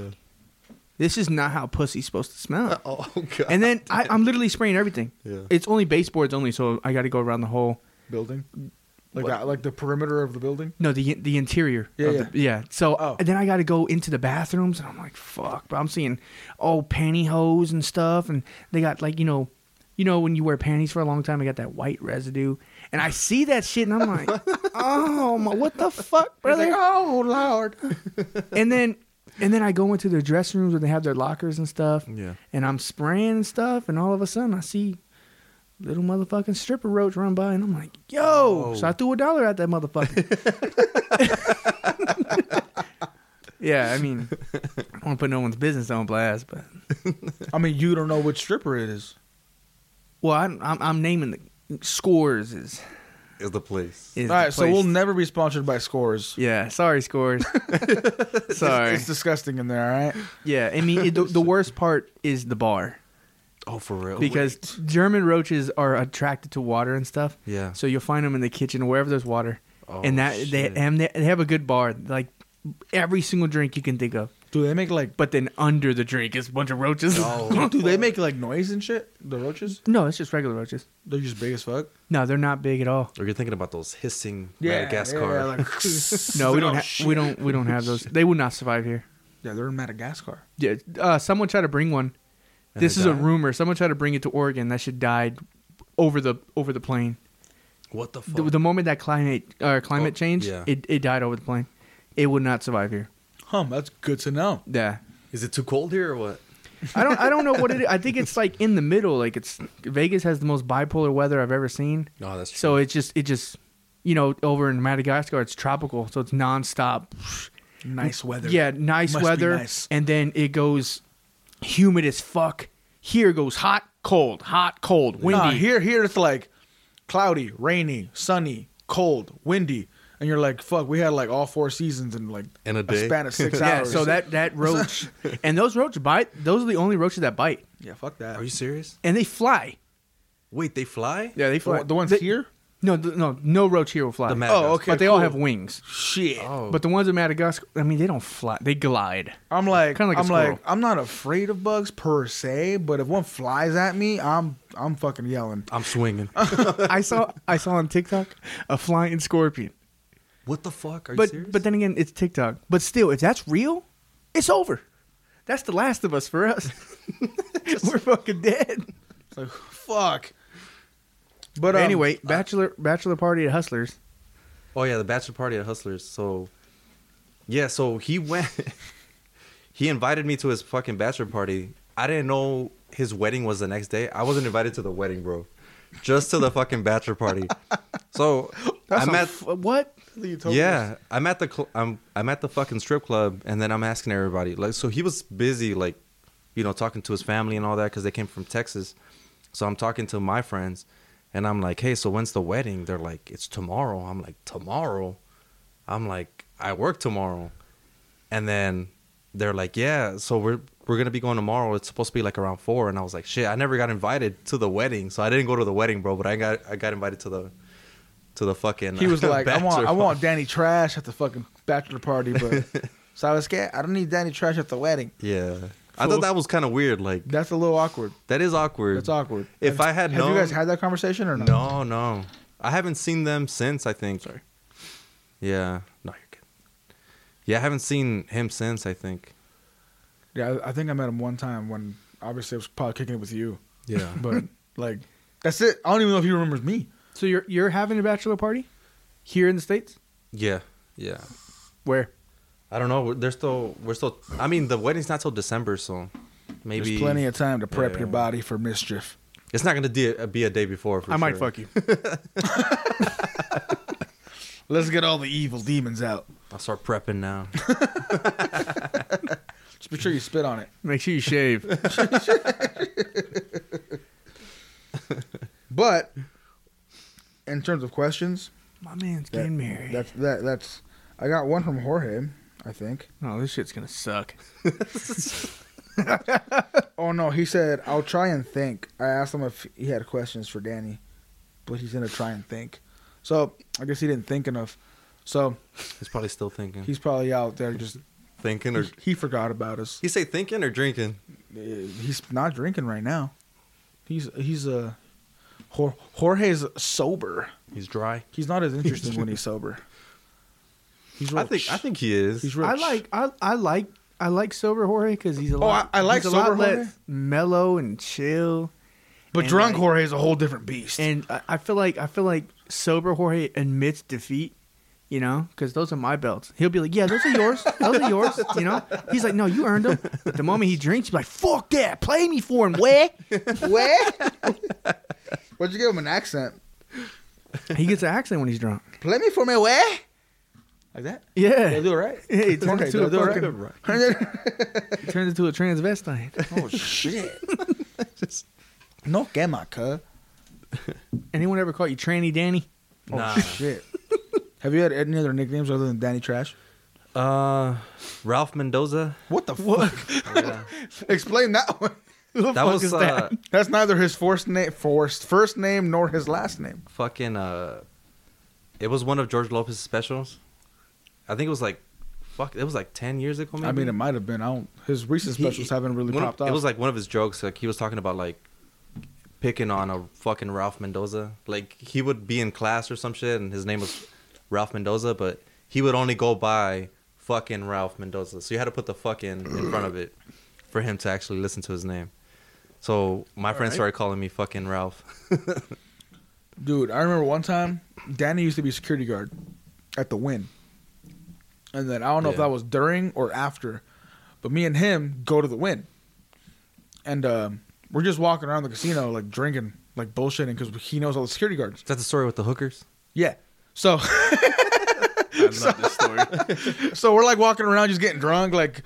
S2: this is not how pussy's supposed to
S1: (laughs)
S2: smell.
S3: oh god.
S2: And then I, I'm literally spraying everything.
S3: Yeah.
S2: It's only baseboards only, so I got to go around the whole. (laughs)
S1: Building. Like that, like the perimeter of the building.
S2: No, the the interior.
S1: Yeah,
S2: of
S1: yeah.
S2: The, yeah. So
S1: Oh.
S2: and then I got to go into the bathrooms, and I'm like, fuck, bro. I'm seeing oh pantyhose and stuff, and they got like you know, you know when you wear panties for a long time, I got that white residue, and I see that shit, and
S1: (laughs)
S2: I'm like, oh my, what the fuck, brother?
S1: oh lord.
S2: and then and then I go into their dressing rooms where they have their lockers and stuff.
S3: Yeah.
S2: And I'm spraying and stuff, and all of a sudden I see little motherfucking stripper roach run by, and I'm like, yo.
S1: (laughs)
S3: Oh.
S2: So I threw a dollar at that motherfucker. Yeah, I mean, I don't want to put no one's business on blast, but
S1: I mean, you don't know which stripper it is.
S2: well, I'm I'm, I'm naming the scores is
S3: Is the place.
S2: is
S1: All right,
S2: the
S1: so we'll
S2: place.
S1: never be sponsored by Scores.
S2: yeah,
S1: (laughs)
S2: sorry, scores. sorry,
S1: It's disgusting in there, all right?
S2: yeah. I mean, it, the, the worst part is the bar
S3: Oh, for real?
S2: because German roaches are attracted to water and stuff.
S3: yeah.
S2: So you'll find them in the kitchen wherever there's water,
S3: Oh,
S2: and that
S3: shit.
S2: they and they, they have a good bar, like every single drink you can think of.
S1: Do they make like
S2: But then under the drink is a bunch of roaches.
S1: (laughs)
S3: Oh.
S1: do they make like noise and shit? The roaches?
S2: (laughs) no, it's just regular roaches.
S1: They're just big as fuck.
S2: No, they're not big at all.
S3: Or you're thinking about those hissing Madagascar.
S1: Yeah, like,
S2: (laughs)
S1: (laughs)
S2: No,
S1: They're
S2: we don't.
S3: Oh,
S1: all
S2: Ha-
S1: shit.
S2: we don't. We don't have those. They would not survive here.
S1: Yeah, they're in Madagascar.
S2: Yeah. Uh, someone tried to bring one.
S3: And
S2: this
S3: they
S2: is a
S3: died?
S2: rumor. Someone tried to bring it to Oregon. That shit died over the over the plane.
S3: (laughs) what the fuck?
S2: The, the moment that climate uh, climate
S3: Oh,
S2: change,
S3: yeah.
S2: it, it died over the plane. It would not survive here.
S1: Hum, that's good to know.
S2: Yeah.
S3: is it too cold here or what?
S2: I don't. I don't know
S3: (laughs)
S2: what it. Is. I think it's like in the middle. Like it's Vegas has the most bipolar weather I've ever seen.
S3: No, that's
S2: So it's just it just you know over in Madagascar it's tropical, so it's nonstop.
S1: Nice weather.
S2: Yeah, nice
S1: Must be
S2: weather,
S1: nice.
S2: and then it goes humid as fuck. Here goes hot, cold, hot, cold, windy.
S1: Nah, here, here it's like cloudy, rainy, sunny, cold, windy, and you're like, fuck. We had like all four seasons in like
S3: In a day.
S1: span of six
S2: (laughs) yeah,
S1: hours.
S2: so
S1: (laughs)
S2: that that roach and those roach bite. Those are the only roaches that bite,
S1: yeah, fuck that.
S3: Are you serious?
S2: and they fly.
S3: Wait, they fly?
S2: Yeah, they
S1: the,
S2: fly.
S1: one- the ones
S2: They-
S1: here? Oh,
S2: No, th- no, no roach here will fly.
S3: The Madagascar.
S1: okay.
S2: but they all
S1: cool.
S2: have wings.
S1: Shit.
S3: Oh.
S2: But the ones in Madagascar, I mean, they don't fly. They
S1: (laughs)
S2: glide.
S1: I'm like,
S2: Kinda like a
S1: I'm like,
S2: squirrel.
S1: I'm not afraid of bugs per se, but if one flies at me, I'm, I'm fucking yelling.
S3: I'm swinging.
S2: I saw I saw on TikTok a flying scorpion.
S3: (laughs) what the fuck? Are you
S2: But
S3: serious?
S2: but then again, it's TikTok. But still, if that's real, it's over. That's the last of us for us. (laughs) We're fucking dead.
S1: It's like, fuck. But
S2: But
S1: um,
S2: anyway, bachelor bachelor party at Hustlers.
S3: Oh yeah, the bachelor party at Hustlers. So, yeah, so he went. (laughs) he invited me to his fucking bachelor party. I didn't know his wedding was the next day. I wasn't invited to the wedding, bro. Just to the fucking bachelor (laughs) party. So I'm
S2: a
S3: at
S2: f- what?
S1: you told me
S3: yeah, I'm at the cl- I'm I'm at the fucking strip club, and then I'm asking everybody like, so he was busy like, you know, talking to his family and all that because they came from Texas. So I'm talking to my friends, and I'm like, hey, so when's the wedding? They're like, it's tomorrow. I'm like, tomorrow. I'm like, I work tomorrow, and then they're like, yeah, so we're we're gonna be going tomorrow. It's supposed to be like around four, and I was like, shit, I never got invited to the wedding, so I didn't go to the wedding, bro. But I got I got invited to the to the fucking.
S1: He
S2: (laughs)
S3: (laughs)
S1: was like, I want,
S3: bachelor
S1: I
S3: party."
S1: want Danny Trash at the fucking bachelor party,
S2: (laughs)
S1: but so I was scared. I don't need Danny Trash at the wedding.
S3: Yeah. I
S1: Fool.
S3: thought that was kind of weird. Like
S1: That's a little awkward.
S3: that is awkward.
S1: That's awkward.
S3: If
S1: Have-
S3: I had
S1: have
S3: known,
S1: you guys had that conversation or not?
S3: no, no, I haven't seen them since. I think. Sorry. Yeah. No, you're good. Yeah, I haven't seen him since. I think.
S1: Yeah, I, I think I met him one time when obviously I was probably kicking it with you,
S3: Yeah.
S1: (laughs) but like that's it. I don't even know if he remembers me.
S2: So you're you're having a bachelor party here in the states?
S3: yeah. Yeah.
S2: Where?
S3: I don't know. We're- They're still. We're still. I mean, the wedding's not till December, so maybe
S1: There's plenty of time to prep
S3: Yeah.
S1: your body for mischief.
S3: It's not gonna de- be a day before. For
S2: I might
S3: sure.
S2: fuck you.
S1: Let's get all the evil demons out.
S3: I'll start prepping now. (laughs)
S1: Just be sure you spit on it.
S2: Make sure you
S3: (laughs)
S2: shave.
S1: But in terms of questions,
S2: My man's
S1: that-
S2: getting married.
S1: that's that that's I got one from Jorge, I think.
S2: oh, this shit's gonna suck.
S1: Oh no, he said I'll try and think. I asked him if he had questions for Danny, but he's gonna try and think. So I guess he didn't think enough. So
S3: He's probably still thinking.
S1: he's probably out there just
S3: thinking or
S1: he forgot about us.
S3: he say thinking or drinking.
S1: Uh, He's not drinking right now. He's he's uh, Jor- Jorge's sober.
S3: He's dry.
S1: He's not as interesting when he's sober. He's real
S3: I think.
S1: ch-
S3: I think he is.
S1: he's real
S2: I
S1: ch-
S2: like I, I like I like sober Jorge because he's a lot.
S1: Oh, I- I like
S2: he's a
S1: sober
S2: lot less
S1: Jorge.
S2: mellow and chill.
S1: but
S2: and
S1: drunk
S2: like-
S1: Jorge is a whole different beast.
S2: And I, I feel like I feel like sober Jorge admits defeat. You know, because those are my belts. He'll be like, "Yeah, those are yours. Those are yours." You know, he's like, "No, you earned them." But the moment he drinks, he's like, "Fuck that! Play me for him, way."
S1: (laughs) Where? Why'd you give him an accent?
S2: He gets an accent when he's drunk.
S1: (laughs) Play me for me, where? like that.
S2: Yeah.
S1: They'll do it right.
S2: Yeah, he turned
S1: Okay,
S2: into a
S1: they'll do it
S2: fucking- he turned into a transvestite.
S1: Oh (laughs) shit! no quema, Oh, cuz.
S2: Anyone ever call you Tranny Danny?
S1: Oh
S3: Nah.
S1: shit! Have you had any other nicknames other than Danny Trash?
S3: Uh, Ralph Mendoza.
S1: What the fuck?
S3: Yeah.
S1: Explain that one.
S3: that was uh,
S1: That's neither his first name, forced first name, nor his last name.
S3: fucking. Uh, it was one of George Lopez's specials. I think it was like, fuck, it was like ten years ago. Maybe.
S1: I mean, it might have been. I don't. His recent
S3: He-
S1: specials haven't really
S3: one of-
S1: popped up.
S3: It was like one of his jokes. Like he was talking about like picking on a fucking Ralph Mendoza. Like he would be in class or some shit, and his name was Ralph Mendoza, but he would only go by fucking Ralph Mendoza. So you had to put the fucking in front of it for him to actually listen to his name. So my friend started calling me fucking Ralph. (laughs)
S1: Dude, I remember one time Danny used to be security guard at the Win, and then I don't know if
S3: Yeah.
S1: that was during or after, but me and him go to the Win, and um, we're just walking around the casino like drinking, like bullshitting because he knows all the security guards.
S3: Is that the story with
S2: (laughs)
S3: the hookers?
S1: Yeah, so (laughs)
S4: I love this story.
S1: so we're like walking around just getting drunk, like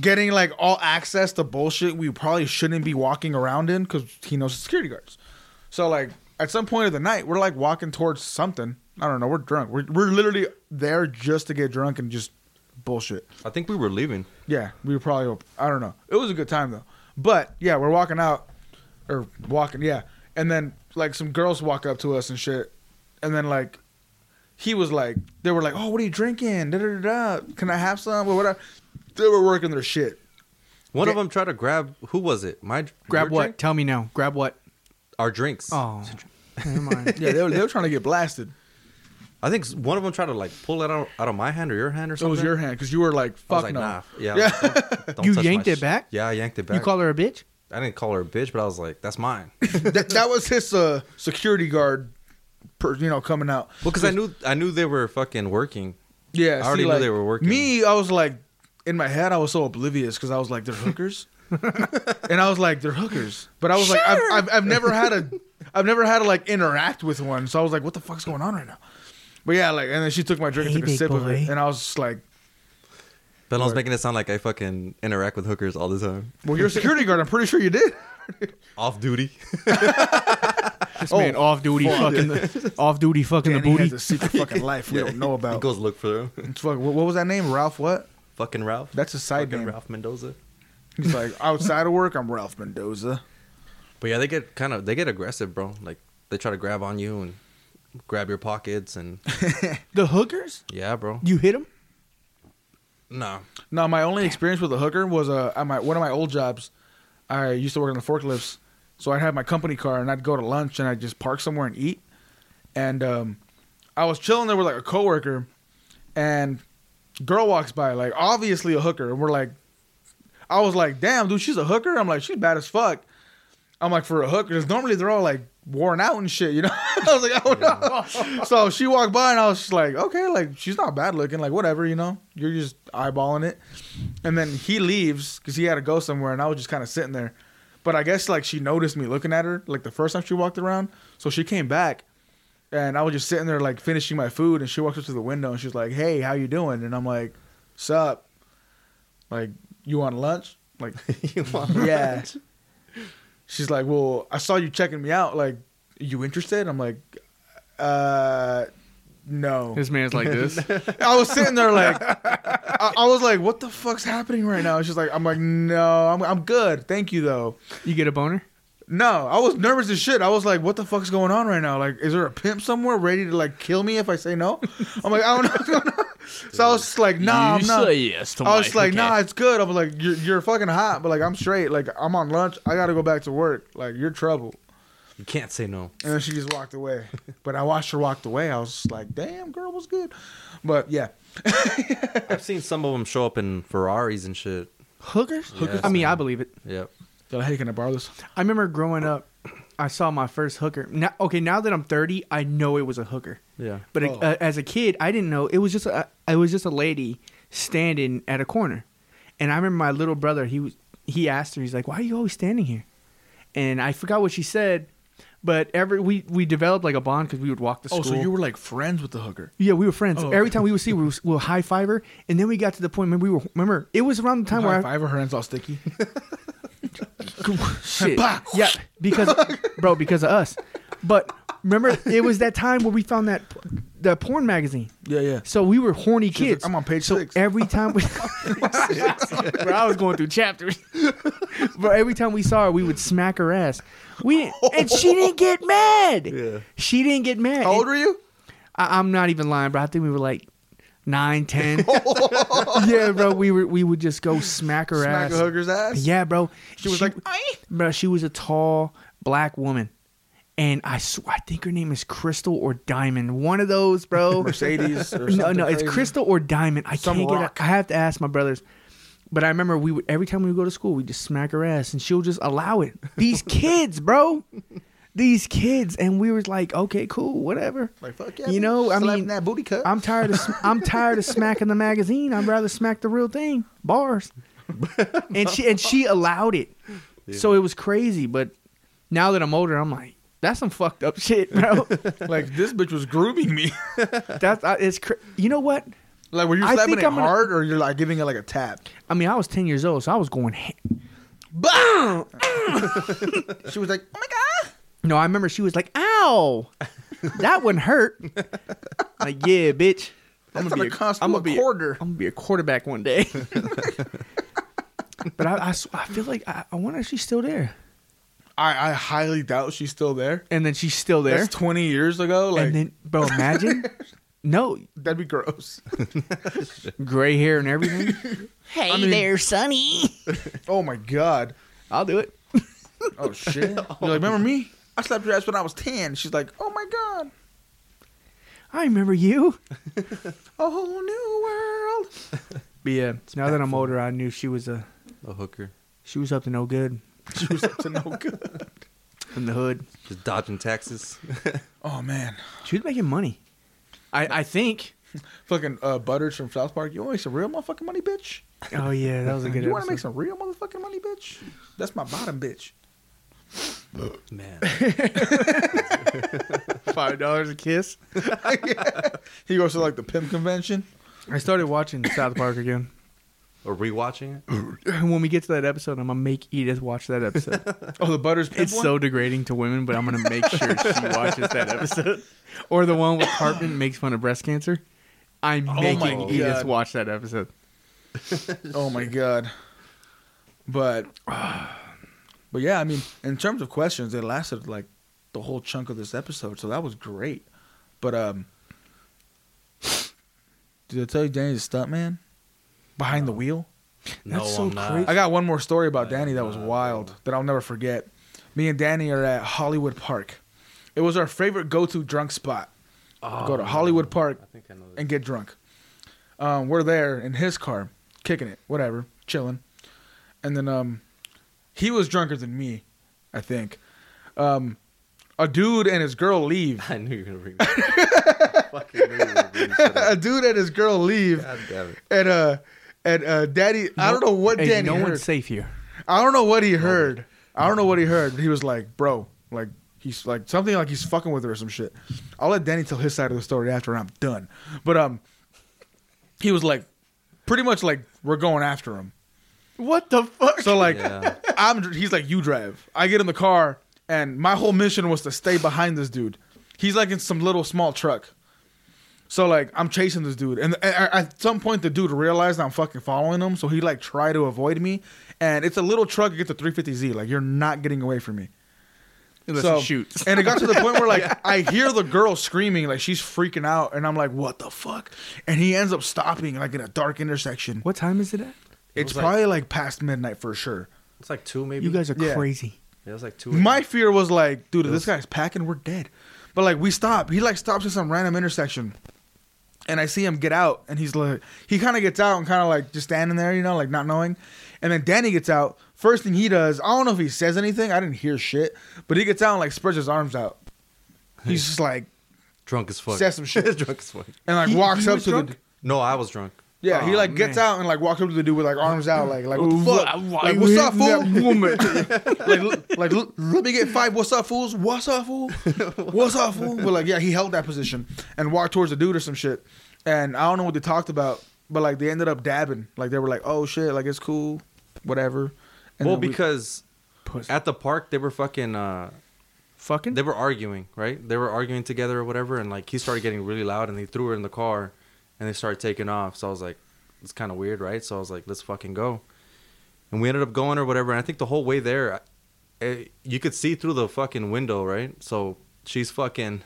S1: getting like all access to bullshit we probably shouldn't be walking around in because he knows the security guards. So like at some point of the night, we're like walking towards something. I don't know. We're drunk. We're we're literally there just to get drunk and just bullshit.
S3: I think we were leaving.
S1: Yeah, we were probably I don't know. It was a good time though. But yeah, we're walking out or walking, yeah. And then like some girls walk up to us and shit. And then like he was like they were like, "Oh, what are you drinking? Da, da, da, da. Can I have some?" Or whatever. They were working their shit.
S3: One of
S1: Yeah.
S3: them tried to grab who was it? My
S2: (laughs) Grab
S3: your
S2: what?
S3: drink?
S2: Tell me now. Grab what?
S3: Our drinks.
S2: Oh,
S1: (laughs)
S2: never mind.
S1: Yeah, they were, they were trying to get blasted.
S3: I think s- one of them tried to like pull it out, out of my hand or your hand or
S1: So it was
S3: something.
S1: your hand because you were like,
S3: I was
S1: "Fuck
S3: like,
S1: no."
S3: nah. Yeah.
S1: Yeah. (laughs)
S3: don't- don't
S2: You
S3: touch my
S2: yanked it
S3: sh-
S2: back?
S3: Yeah, I yanked it back.
S2: You call her a bitch?
S3: I didn't call her a bitch, but I was like,
S1: (laughs)
S3: that's mine.
S1: that, that was his uh, security guard, per, you know, coming out.
S3: Well, because I knew I knew they were fucking working.
S1: Yeah,
S3: I already knew
S1: like,
S3: they were working.
S1: Me, I was like, in my head, I was so oblivious because I was like, they're
S3: (laughs)
S1: hookers, and I was like, they're hookers. But I was like, I've, I've, I've never had a, I've never had to like interact with one, so I was like, what the fuck's going on right now? But yeah, like, and then she took my drink
S2: Hey,
S1: and took a
S2: big
S1: sip of it,
S2: boy.
S1: and I was just like,
S3: But I was making it sound like I fucking interact with hookers all the time.
S1: well, you're a security guard. I'm pretty sure you did.
S3: Off duty. (laughs)
S2: This
S1: Oh,
S2: man off duty fucking
S1: (laughs)
S2: off duty fucking
S1: And
S2: the
S1: he
S2: booty.
S1: has a secret fucking life
S3: (laughs)
S1: we don't know
S3: he
S1: about.
S3: goes look for them.
S1: It's fuck- what, what was that name? Ralph? What?
S3: (laughs) fucking Ralph.
S1: That's a side
S3: fucking
S1: name.
S3: Ralph Mendoza.
S1: He's like outside of work. I'm Ralph Mendoza.
S3: But yeah, they get kind of they get aggressive, bro. Like they try to grab on you and grab your
S1: (laughs)
S3: pockets and
S2: the hookers?
S3: yeah, bro.
S2: You hit them?
S3: Nah.
S1: No, my only experience with a hooker was uh, at my one of my old jobs. I used to work on the forklifts, so I'd have my company car and I'd go to lunch and I'd just park somewhere and eat. And um, I was chilling there with like a coworker, and girl walks by like obviously a hooker, and we're like, I was like, damn, dude, she's a hooker. I'm like, she's bad as fuck. I'm like, for a hooker, 'cause normally they're all like worn out and shit, you know? (laughs) I was like, oh no. so she walked by and I was just like, okay, like she's not bad looking, like whatever, you know? You're just eyeballing it. And then he leaves because he had to go somewhere and I was just kind of sitting there. But I guess like she noticed me looking at her like the first time she walked around. So she came back and I was just sitting there like finishing my food and she walked up to the window and she's like, hey, how you doing? And I'm like, sup? Like, you want lunch? Like,
S3: (laughs) You want-
S1: yeah. She's like, well, I saw you checking me out. Like, you interested? I'm like, uh, no.
S2: This man's
S1: (laughs)
S2: like this.
S1: I was sitting there like, I, I was like, what the fuck's happening right now? She's like, I'm like, no, I'm, I'm good. Thank you though.
S2: you get a boner?
S1: No, I was nervous as shit. I was like, what the fuck's going on right now? Like, is there a pimp somewhere ready to like kill me if I say no? I'm like, I don't know. what's going on." so I was just like, nah, I'm not.
S2: yes to
S1: I was like, nah, it's good. I'm like, you're, you're fucking hot, but like, I'm straight. Like, I'm on lunch. I gotta go back to work. Like, you're trouble.
S3: You can't say no.
S1: And then she just walked (laughs) away. But I watched her walked away. I was just like, damn, girl was good. But yeah,
S3: I've seen some of them show up in Ferraris and shit.
S2: Hookers?
S3: Hookers.
S2: I mean, I believe it.
S3: Yep.
S1: they're like, hey, can I borrow this?
S2: I remember growing up, I saw my first hooker. Now, okay, now that I'm 30, I know it was a hooker.
S3: Yeah.
S2: But
S1: Oh.
S2: uh, as a kid, I didn't know it was just a it was just a lady standing at a corner, and I remember my little brother. He was he asked her, he's like, "Why are you always standing here?" And I forgot what she said, But every we we developed like a bond because we would walk to school.
S1: Oh, so you were like friends with the hooker.
S2: Yeah, we were friends.
S1: Oh,
S2: Every
S1: okay.
S2: time we would see, we would, we would high five her, and then we got to the point. Remember, we were remember it was around the time
S1: High
S2: where
S1: five or her hands all sticky.
S2: (laughs) I, shit,
S1: Bah!
S2: yeah, because
S1: (laughs)
S2: bro, because of us. But remember, it was that time where we found that the porn magazine.
S1: (laughs) yeah, yeah.
S2: So we were horny kids.
S1: I'm on page
S2: so
S1: six.
S2: Every
S1: (laughs)
S2: time we, bro, I was going through chapters. But every time we saw her, we would smack her ass. We didn't, and she didn't get mad.
S3: Yeah.
S2: She didn't get mad.
S1: How
S2: And-
S1: old were you?
S2: I, I'm not even lying, bro. I think we were like
S1: (laughs)
S2: nine, ten. yeah, bro. We were we would just go smack her
S1: Smack
S2: ass.
S1: a hooker's ass.
S2: Yeah, bro.
S1: She was like, "Aye."
S2: bro. She was a tall black woman, and I sw- I think her name is Crystal or Diamond. One of those, bro.
S1: Mercedes. Or
S2: (laughs) no,
S1: something
S2: no,
S1: crazy.
S2: it's Crystal or Diamond. I
S1: Some
S2: can't
S1: rock.
S2: get. I have to ask my brothers. But I remember we would every time we would go to school, we just smack her ass, and she'll just
S1: (laughs)
S2: allow it. These kids, bro. These kids, and we were like, okay, cool, whatever.
S1: Like fuck yeah.
S2: You know, I
S1: slapping
S2: mean,
S1: that booty cut.
S2: I'm tired of I'm tired of smacking the magazine. I'd rather smack the real thing,
S1: (laughs)
S2: bars. and she and she allowed it, so it was crazy. But now that I'm older, I'm like, that's some fucked up
S1: (laughs)
S2: shit, bro.
S1: (laughs) like this bitch was grooming me. (laughs)
S2: that's I, it's cra- you know what?
S1: like were you
S2: I
S1: slapping
S2: think
S1: it
S2: I'm gonna-
S1: hard or you're like giving it like a tap?
S2: I mean, I was 10 years old, so I was going. ha-
S1: She was like, oh my god.
S2: No, I remember she was like, "Ow, that wouldn't hurt." like, yeah, bitch.
S1: That's gonna cost
S2: I'm
S1: you
S2: gonna
S1: a
S2: be
S1: quarter.
S2: I'm gonna be a quarterback one day. (laughs) but I, I s- I feel like I, I wonder if she's still there.
S1: I, I highly doubt she's still there.
S2: And then she's still there.
S1: That's 20 years ago. Like
S2: and then, bro, (laughs) imagine. no,
S1: that'd be gross. (laughs)
S2: gray hair and everything.
S5: Hey there, Sonny.
S1: oh my god.
S2: I'll do it. (laughs)
S1: Oh shit. You're like, remember me? I slapped your ass when I was 10. She's like, oh my god.
S2: I remember you.
S1: A whole new world.
S2: But yeah, now that I'm older, I knew she was a
S3: A hooker.
S2: she was up to no good
S1: (laughs) She was up to no good.
S2: in the hood.
S3: Just dodging taxes.
S1: Oh man.
S2: She was making money. I I think.
S1: Fucking uh, Butters from South Park. You want to make some real motherfucking money, bitch?
S2: Oh yeah, that was (laughs) a good.
S1: You want to make
S2: episode.
S1: some real motherfucking money, bitch? That's my bottom, bitch. (laughs)
S3: Man.
S2: five dollars a kiss?
S1: He goes to like the pimp convention.
S2: I started watching South Park again.
S3: (laughs) Or rewatching it?
S2: When we get to that episode, I'm gonna make Edith watch
S1: (laughs)
S2: that episode.
S1: Oh, the Butters pimp
S2: It's
S1: one?
S2: so degrading to women, but I'm gonna make sure she
S1: (laughs)
S2: watches that episode. Or the one where Cartman makes fun of breast cancer. I'm
S1: Oh my
S2: making Edith
S1: God.
S2: watch that episode.
S1: Oh my god. But but yeah, I mean, in terms of questions, it lasted like the whole chunk of this episode, so that was great. But um Did I tell you Danny's a stuntman? Behind the wheel?
S3: No,
S2: That's so
S3: I'm not.
S2: crazy.
S1: Uh, I got one more story about Danny that was wild that I'll never forget. Me and Danny are at Hollywood Park. It was our favorite go-to drunk spot. Go to Hollywood Park
S3: Oh, I think I know this.
S1: and get drunk. Um, we're there in his car, kicking it, whatever, chilling. And then um, he was drunker than me, I think. Um, a dude and his girl leave.
S3: (laughs)
S1: (laughs)
S3: I knew you were gonna bring that. up. I fucking knew you were gonna bring that
S1: a
S3: up.
S1: dude and his girl leave,
S3: God damn it.
S1: and uh, and uh, Daddy, I don't know what
S2: Hey,
S1: Danny
S2: no
S1: heard.
S2: one's safe here.
S1: I don't know what he heard. I don't know what he heard. But he was like, bro, like he's like something like he's fucking with her or some shit. I'll let Danny tell his side of the story after I'm done. But um, he was like, pretty much like we're going after him.
S2: What the fuck?
S1: So like,
S3: Yeah.
S1: (laughs) I'm he's like, you drive. I get in the car, and my whole mission was to stay behind this dude. He's like in some little small truck. So like, I'm chasing this dude, and and I- at some point the dude realized I'm fucking following him, so he like tried to avoid me. And it's a little truck. It gets a 350Z. Like you're not getting away from me.
S2: Unless
S1: so
S2: he shoots.
S1: and it got to the point
S2: (laughs)
S1: where like I hear the girl screaming, like she's freaking out, and I'm like, what the fuck? And he ends up stopping like in a dark intersection.
S2: What time is it at?
S1: It's
S3: was like-
S1: probably like past midnight for sure.
S3: It's like two, maybe.
S2: You guys are
S1: Yeah.
S2: crazy.
S3: It was like two.
S1: My fear was like, dude, if this guy's packing, we're dead. But like, we stop. He like stops at some random intersection, and I see him get out, and he's like, he kind of gets out and kind of like just standing there, you know, like not knowing. And then Danny gets out. First thing he does, I don't know if he says anything. I didn't hear shit, but he gets out and like spreads his arms out. He's just like
S3: (laughs) drunk as
S1: (laughs)
S3: fuck. (laughs)
S1: Said some shit.
S3: drunk as fuck.
S1: and like walks
S2: he
S1: up
S2: was
S1: to
S2: drunk?
S1: the.
S3: No, I was drunk.
S1: Yeah, he
S2: Aw,
S1: like gets
S2: man.
S1: out and like walks up to the dude with like arms out, like like what the
S2: Wha-
S1: fuck,
S2: why
S1: like
S2: you
S1: what's up,
S2: hitting that
S1: fool? (laughs) like
S2: woman?
S1: l- like l- let me get five. What's up, fools? What's up, fool? What's up, fool? But like yeah, he held that position and walked towards the dude or some shit. And I don't know what they talked about, but like they ended up dabbing. Like they were like, oh shit, like it's cool, whatever. And
S3: well,
S1: then we-
S3: because
S2: Pussy.
S3: at the park they were fucking. Uh,
S2: Fucking.
S3: they were arguing, right? They were arguing together or whatever, and like he started getting really loud, and they threw her in the car, and they started taking off. So I was like, it's kind of weird, right? So I was like, let's fucking go, and we ended up going or whatever. And I think the whole way there, eh, you could see through the fucking window, right? So she's fucking,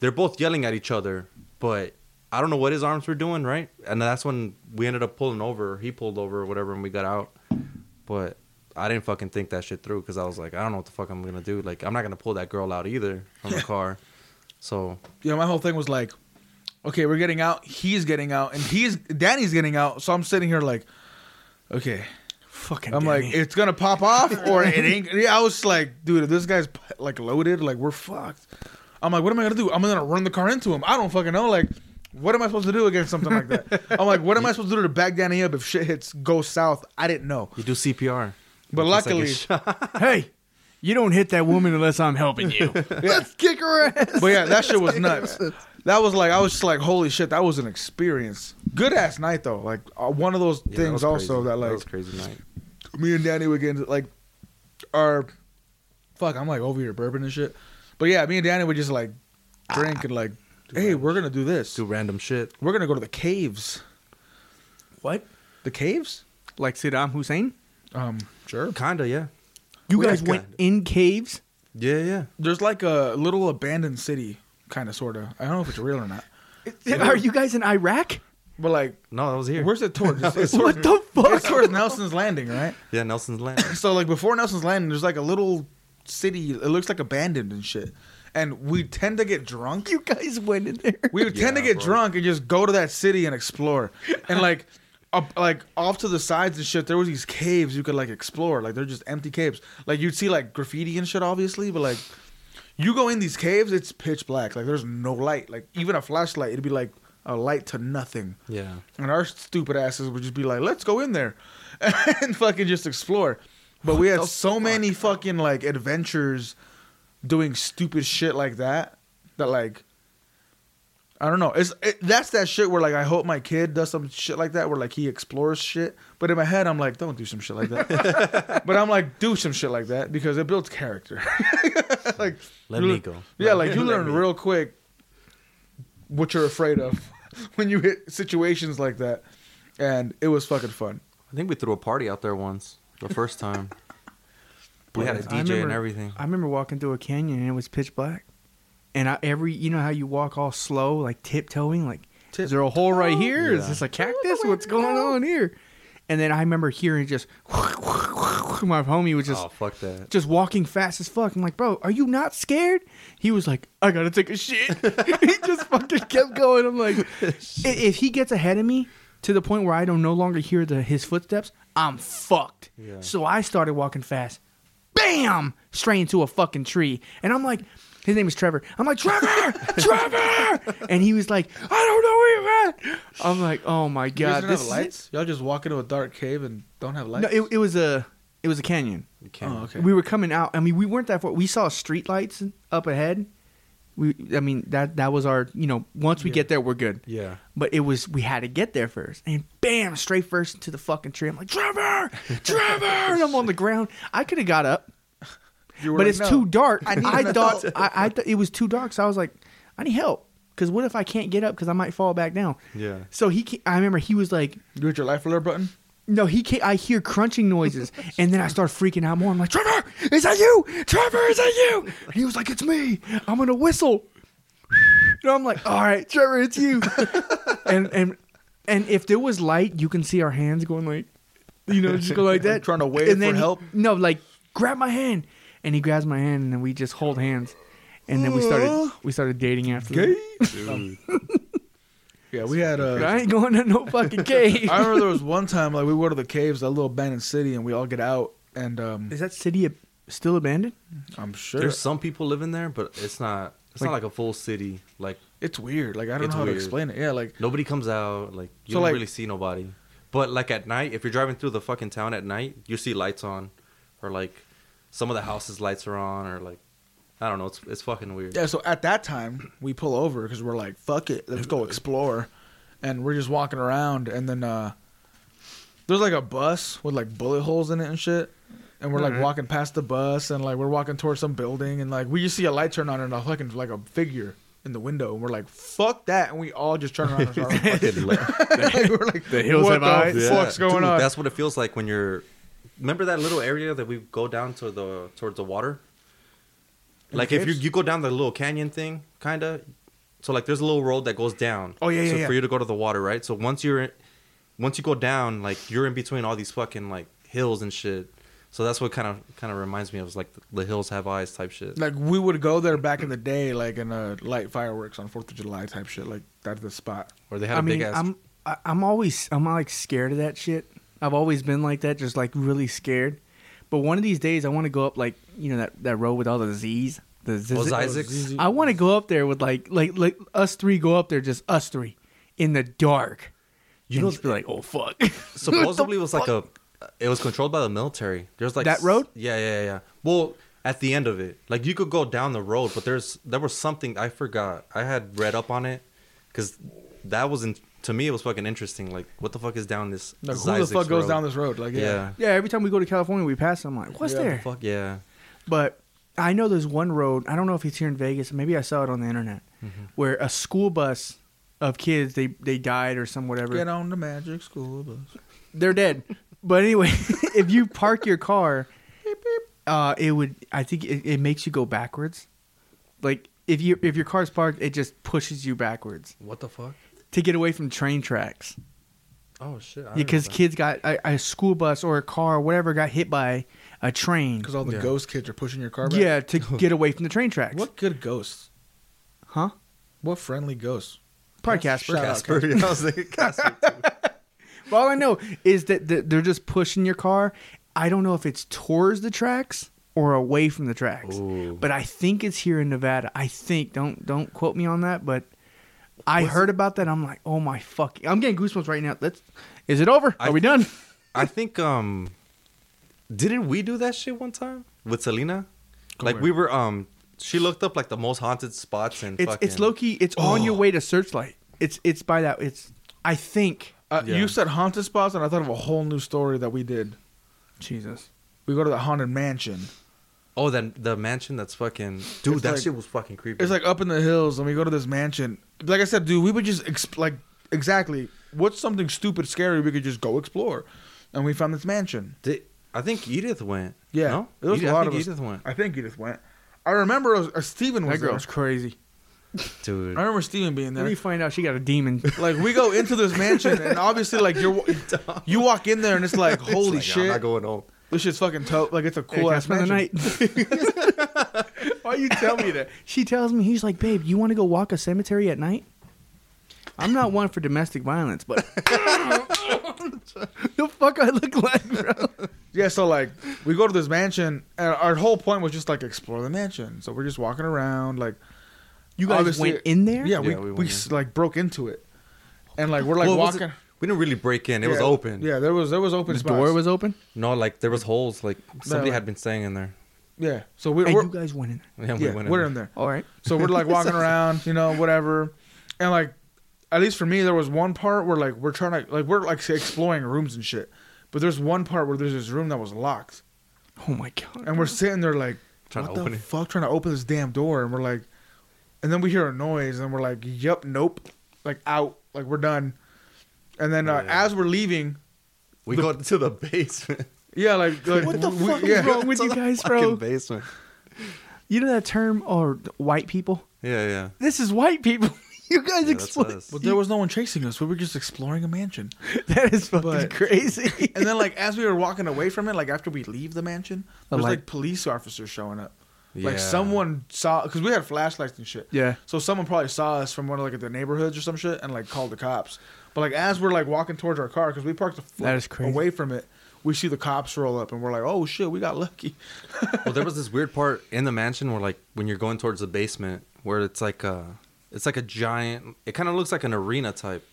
S3: they're both yelling at each other, but I don't know what his arms were doing, right? And that's when we ended up pulling over. He pulled over or whatever, and we got out, but. I didn't fucking think that shit through because I was like, I don't know what the fuck I'm gonna do. Like, I'm not gonna pull that girl out either from (laughs) the car. So
S1: you know, my whole thing was like, okay, we're getting out, he's getting out, and he's Danny's getting out. So I'm sitting here like, okay,
S2: fucking.
S1: I'm like, it's gonna pop
S3: (laughs)
S1: off or it ain't. Yeah, I was like, dude, if this guy's like loaded, like we're fucked. I'm like, what am I gonna do? I'm gonna run the car into him. I don't fucking know. Like, what am I supposed to do against something like that? I'm like, what am I supposed to do to back Danny up if shit hits go south? I didn't know.
S3: you do CPR.
S1: But
S3: It's like a
S1: luckily, (laughs)
S3: shot.
S2: hey, you don't hit that woman unless I'm helping you.
S1: let's kick her ass. But yeah, that
S3: (laughs)
S1: shit was nuts. That was like I was just like, holy shit, that was an experience. Good ass night though. Like uh, one of those
S3: Yeah, that
S1: things
S3: was
S1: also
S3: crazy.
S1: that like
S3: was crazy night.
S1: me and Danny would get into like our fuck, I'm like over here burping and shit. But yeah, me and Danny would just like drink and like, Ah. hey, we're gonna do this.
S3: Do random shit.
S1: We're gonna go to the caves.
S2: what?
S1: The caves?
S2: Like Saddam Hussein?
S1: Um, sure.
S3: Kinda, yeah.
S2: You
S3: Yeah,
S2: guys went
S3: kinda.
S2: in caves?
S3: Yeah, yeah.
S1: There's like a little abandoned city, kind of, sort of. I don't know if it's real or not,
S2: Are you guys in Iraq?
S1: but like,
S3: No, that was here.
S1: where's it (laughs) towards? It's, it's towards,
S2: What the
S3: (laughs)
S1: it's
S2: fuck?
S1: towards Nelson's Landing, right?
S3: yeah, Nelson's land.
S1: so like before Nelson's Landing, there's like a little city. It looks like abandoned and shit. And we tend to get drunk.
S2: You guys went in there.
S1: (laughs) We would tend to
S3: Yeah,
S1: get
S3: bro.
S1: drunk and just go to that city and explore.
S3: (laughs)
S1: And like up like off to the sides and shit, there was these caves you could like explore. Like they're just empty caves. Like you'd see like graffiti and shit obviously, but like you go in these caves, it's pitch black. Like there's no light. Like even a flashlight, it'd be like a light to nothing.
S3: yeah. (laughs)
S1: And our stupid asses would just be like, let's go in there (laughs) and fucking just explore. But we had so many fucking like adventures doing stupid shit like that that like I don't know. It's it, that's that shit where like I hope my kid does some shit like that where like he explores shit. But in my head I'm like, don't do some shit like that. but I'm like, do some shit like that because it builds character. (laughs) like you
S3: Let me
S1: lear-
S3: go.
S1: Yeah, like (laughs) you learn real quick what you're afraid of (laughs) when you hit situations like that. And it was fucking fun.
S3: I think we threw a party out there once. The first time. we had a
S2: I
S3: DJ and
S2: remember-
S3: everything.
S2: I remember walking through a canyon and it was pitch black. And I, every, you know how you walk all slow, like tiptoeing, like is there a hole right here? Is
S3: Yeah.
S2: this a cactus? What's going on here? And then I remember hearing just (laughs) my homie was just
S3: oh fuck that.
S2: just walking fast as fuck. I'm like, bro, are you not scared? He was like, I gotta take a shit. (laughs) he just fucking kept going.
S1: (laughs)
S2: I'm like, i- if he gets ahead of me to the point where I don't no longer hear the his footsteps, I'm fucked.
S3: Yeah.
S2: So I started walking fast. Bam! Straight into a fucking tree. And I'm like, his name is Trevor. I'm
S1: (laughs)
S2: like, Trevor! Trevor! And he was like, I don't know where you're at. I'm like, oh my
S1: You guys
S2: god.
S1: don't
S2: this
S1: have
S2: is
S1: lights? Y'all just walk into a dark cave and don't have
S2: it.
S1: lights?
S2: No, it, it was a it was a canyon.
S3: You can't.
S1: oh, okay.
S2: We were coming out. I mean, we weren't that far. We saw street lights up ahead. We, I mean, that that was our. You know, once we get there, we're good.
S3: Yeah.
S2: But it was we had to get there first, and bam, straight first into the fucking tree. I'm like, Trevor,
S1: (laughs)
S2: Trevor, and I'm on the ground. I could have got up,
S1: You were
S2: but
S1: like,
S2: it's
S1: "No."
S2: too dark.
S1: (laughs) I
S2: I,
S1: need to
S2: thought
S1: know.
S2: I, I th- it was too dark, so I was like, I need help. Cause what if I can't get up? Cause I might fall back down.
S3: Yeah.
S2: So he, ca- I remember he was like,
S1: You hit your life alert button?
S2: no, he can't. I hear
S1: (laughs)
S2: crunching noises, and then I start freaking out more. I'm like, Trevor, is that you? Trevor, is that you? And he was like, it's me. I'm gonna whistle. And I'm like, all right, Trevor,
S1: (laughs)
S2: it's you. and and and if there was light, you can see our hands going like, you know, just
S1: (laughs)
S2: go like that,
S1: Trying to wave
S2: and then
S1: for
S2: he-
S1: help?
S2: no, like grab my hand, and he grabs my hand, and then we just hold hands, and then we started we started dating after that.
S1: Yeah, we had uh,
S2: I ain't going to no fucking
S1: (laughs)
S2: cave. (laughs)
S1: I remember there was one time like we go to the caves, that little abandoned city, and we all get out and um
S2: is that city ab- still abandoned?
S1: I'm sure
S3: There's some people living there, but it's not It's not like a full city. Like
S1: It's weird. Like I don't
S3: It's
S1: know how
S3: weird.
S1: to explain it. Yeah, like
S3: nobody comes out. Like you
S1: So,
S3: don't
S1: like-
S3: really see nobody. But like at night, if you're driving through the fucking town at night, you see lights on, or like some of the houses lights are on, or like I don't know. It's it's fucking weird.
S1: yeah. So at that time, we pull over because we're like, "Fuck it, let's go explore," and we're just walking around, and then uh there's like a bus with like bullet holes in it and shit. And we're like walking past the bus, and like we're walking towards some building, and like we just see a light turn on and a fucking like a figure in the window, and we're like, "Fuck that!" And we all just turn around. And start fucking- (laughs) like, we're like,
S2: The hills
S1: what
S2: have
S1: the
S2: eyes."
S3: Yeah.
S1: fuck's going
S3: Dude,
S1: on?
S3: That's what it feels like when you're. Remember that little area that we go down to the towards the water. Like if you
S1: caves?
S3: you go down the little canyon thing, kind of. So like there's a little road that goes down.
S1: Oh, yeah,
S3: So
S1: yeah, yeah.
S3: for you to go to the water, right? So once you're, in- once you go down, like you're in between all these fucking like hills and shit. So that's what kind of kind of reminds me of is like the, the hills have eyes type shit.
S1: like we would go there back in the day, like in uh, light fireworks on Fourth of July type shit. Like that's the spot.
S3: Or they had a
S2: I mean,
S3: big ass.
S2: I'm I- I'm always I'm like scared of that shit. I've always been like that, just like really scared. But one of these days, I want to go up like you know that, that road with all the Z's. The Z's.
S3: Those Isaacs.
S2: I want to go up there with like like like us three go up there, just us three, in the dark. You know, just be like, oh
S3: (laughs)
S2: fuck. (laughs)
S1: (laughs)
S3: supposedly it was like a it was controlled by the military there's like
S2: That
S3: s-
S2: road?
S3: yeah yeah yeah well at the end of it like you could go down the road but there's there was something i forgot i had read up on it because that wasn't to me it was fucking interesting like what the fuck is down this
S1: Like who the
S3: Zizek's
S1: fuck goes
S3: road?
S1: down this road? Like yeah,
S3: yeah,
S2: yeah, every time we go to California, we pass. it, I'm like, what's
S1: Yeah,
S2: there?
S3: fuck yeah
S2: But I know there's one road. I don't know if it's here in Vegas. Maybe I saw it on the internet,
S3: Mm-hmm.
S2: where a school bus of kids they they died or some whatever.
S1: get on the magic school bus.
S2: they're dead. But anyway, (laughs) if you park your car, uh, it would. I think it, it makes you go backwards. Like if you if your car's parked, it just pushes you backwards
S3: what the fuck
S2: to get away from train tracks.
S3: oh shit I
S2: Because
S3: remember
S2: kids got a, a school bus or a car or whatever got hit by a train.
S1: Because all the
S3: Yeah.
S1: ghost kids are pushing your car. Back.
S2: Yeah, to get away from the train tracks.
S1: What good ghosts?
S2: Huh?
S1: What friendly ghosts?
S2: Probably Casper.
S1: Shout
S3: that.
S1: out,
S3: Casper, yeah, I was thinking (laughs) Casper too.
S2: But all I know is that th- they're just pushing your car. I don't know if it's towards the tracks or away from the tracks,
S3: Ooh.
S2: but I think it's here in Nevada. I think don't don't quote me on that, but I heard about that. I'm like, oh my fuck! I'm getting goosebumps right now. Let's. Is it over? Are
S3: I-
S2: we
S3: (laughs)
S2: done?
S3: I think um didn't we do that shit one time with Selena? Like we were um she looked up like the most haunted spots and
S2: It's
S3: fucking, Oh.
S2: it's low key. It's on your way to Searchlight. It's it's by that. It's I think.
S1: Uh,
S3: Yeah.
S1: You said haunted spots, and I thought of a whole new story that we did.
S2: Jesus.
S1: We go to the haunted mansion.
S3: Oh, then the mansion that's fucking dude.
S1: It's
S3: that
S1: like-
S3: shit was fucking creepy.
S1: It's like up in the hills, and we go to this mansion. Like I said, dude, we would just exp- like exactly what's something stupid, scary we could just go explore, and we found this mansion.
S3: Did- I think Edith went.
S1: Yeah,
S3: no,
S1: there was
S3: Edith,
S1: a lot
S3: I
S1: of
S3: think
S1: us.
S3: Edith went.
S1: I think you just went. I remember uh, uh, Steven
S2: That
S1: was there.
S2: girl's crazy.
S3: Dude,
S1: I remember Steven being
S2: Then we
S1: there.
S2: find out she got a
S3: (laughs)
S2: demon.
S1: Like we go into this mansion, and obviously, like you're, you walk in there, and it's like,
S3: It's
S1: holy
S3: like, I'm
S1: shit,
S3: not going home.
S1: this shit's fucking dope. Like it's a
S2: Hey,
S1: cool
S2: can I
S1: ass
S2: spend the
S1: mansion.
S2: (laughs)
S1: (laughs)
S2: night? Why you tell me that? She tells me he's like, babe, you want to go walk a cemetery at night? I'm not one for domestic violence, but (laughs) the fuck I look like, bro.
S1: Yeah, so like we go to this mansion, and our whole point was just like explore the mansion. So we're just walking around, like
S2: You guys
S1: Obviously-
S2: went in there?
S1: yeah, we
S3: Yeah, we
S1: we,
S3: went in.
S1: s like broke into it, and like we're like
S3: Well, was
S1: walking.
S3: it- we didn't really break in. It was
S1: Yeah,
S3: open.
S1: Yeah, there was there was open.
S2: The
S1: spots.
S2: door was open,
S3: No, like there was holes. Like somebody
S1: like-
S3: had been staying in there. (laughs)
S1: yeah. So we,
S2: and
S1: we're
S2: you guys went in there.
S3: Yeah, we
S1: yeah,
S3: went
S1: we're
S3: in.
S1: in there.
S2: All right.
S1: So we're like
S2: (laughs)
S1: walking around, you know, whatever. And like, at least for me, there was one part where like we're trying to like we're like exploring rooms and shit. But there's one part where there's this room that was locked,
S2: Oh my god.
S1: and we're sitting there like
S3: Trying
S1: what
S3: to open
S1: the
S3: it.
S1: fuck, trying to open this damn door, and we're like, and then we hear a noise, and we're like, yup, nope, like out, like we're done. And then uh,
S3: Yeah.
S1: as we're leaving,
S3: We go to the basement.
S1: yeah, like, like
S2: What the
S1: we-
S2: fuck is
S1: yeah.
S2: wrong with
S3: (laughs) To
S2: you
S3: the
S2: guys,
S3: fucking
S2: bro?
S3: Basement.
S2: You know that term, or white people?
S3: Yeah, yeah.
S2: This is white people. (laughs) You guys
S3: Yeah, that's
S2: explain.
S3: us.
S1: But there was no one chasing us. We were just exploring a mansion.
S2: (laughs) That is fucking
S1: But-
S2: crazy. (laughs)
S1: And then, like, as we were walking away from it, like, after we leave the mansion,
S2: A
S1: there's
S2: light-
S1: like police officers showing up. Like,
S3: Yeah.
S1: someone saw, because we had flashlights and shit.
S2: Yeah.
S1: So, someone probably saw us from one of, like, the neighborhoods or some shit and, like, called the cops. But, like, as we're, like, walking towards our car, because we parked the
S2: That is crazy.
S1: away from it, we see the cops roll up and we're like, oh shit, we got lucky.
S3: well, there was this weird part in the mansion where, like, when you're going towards the basement, where it's like a it's like a giant. It kind of looks like an arena type,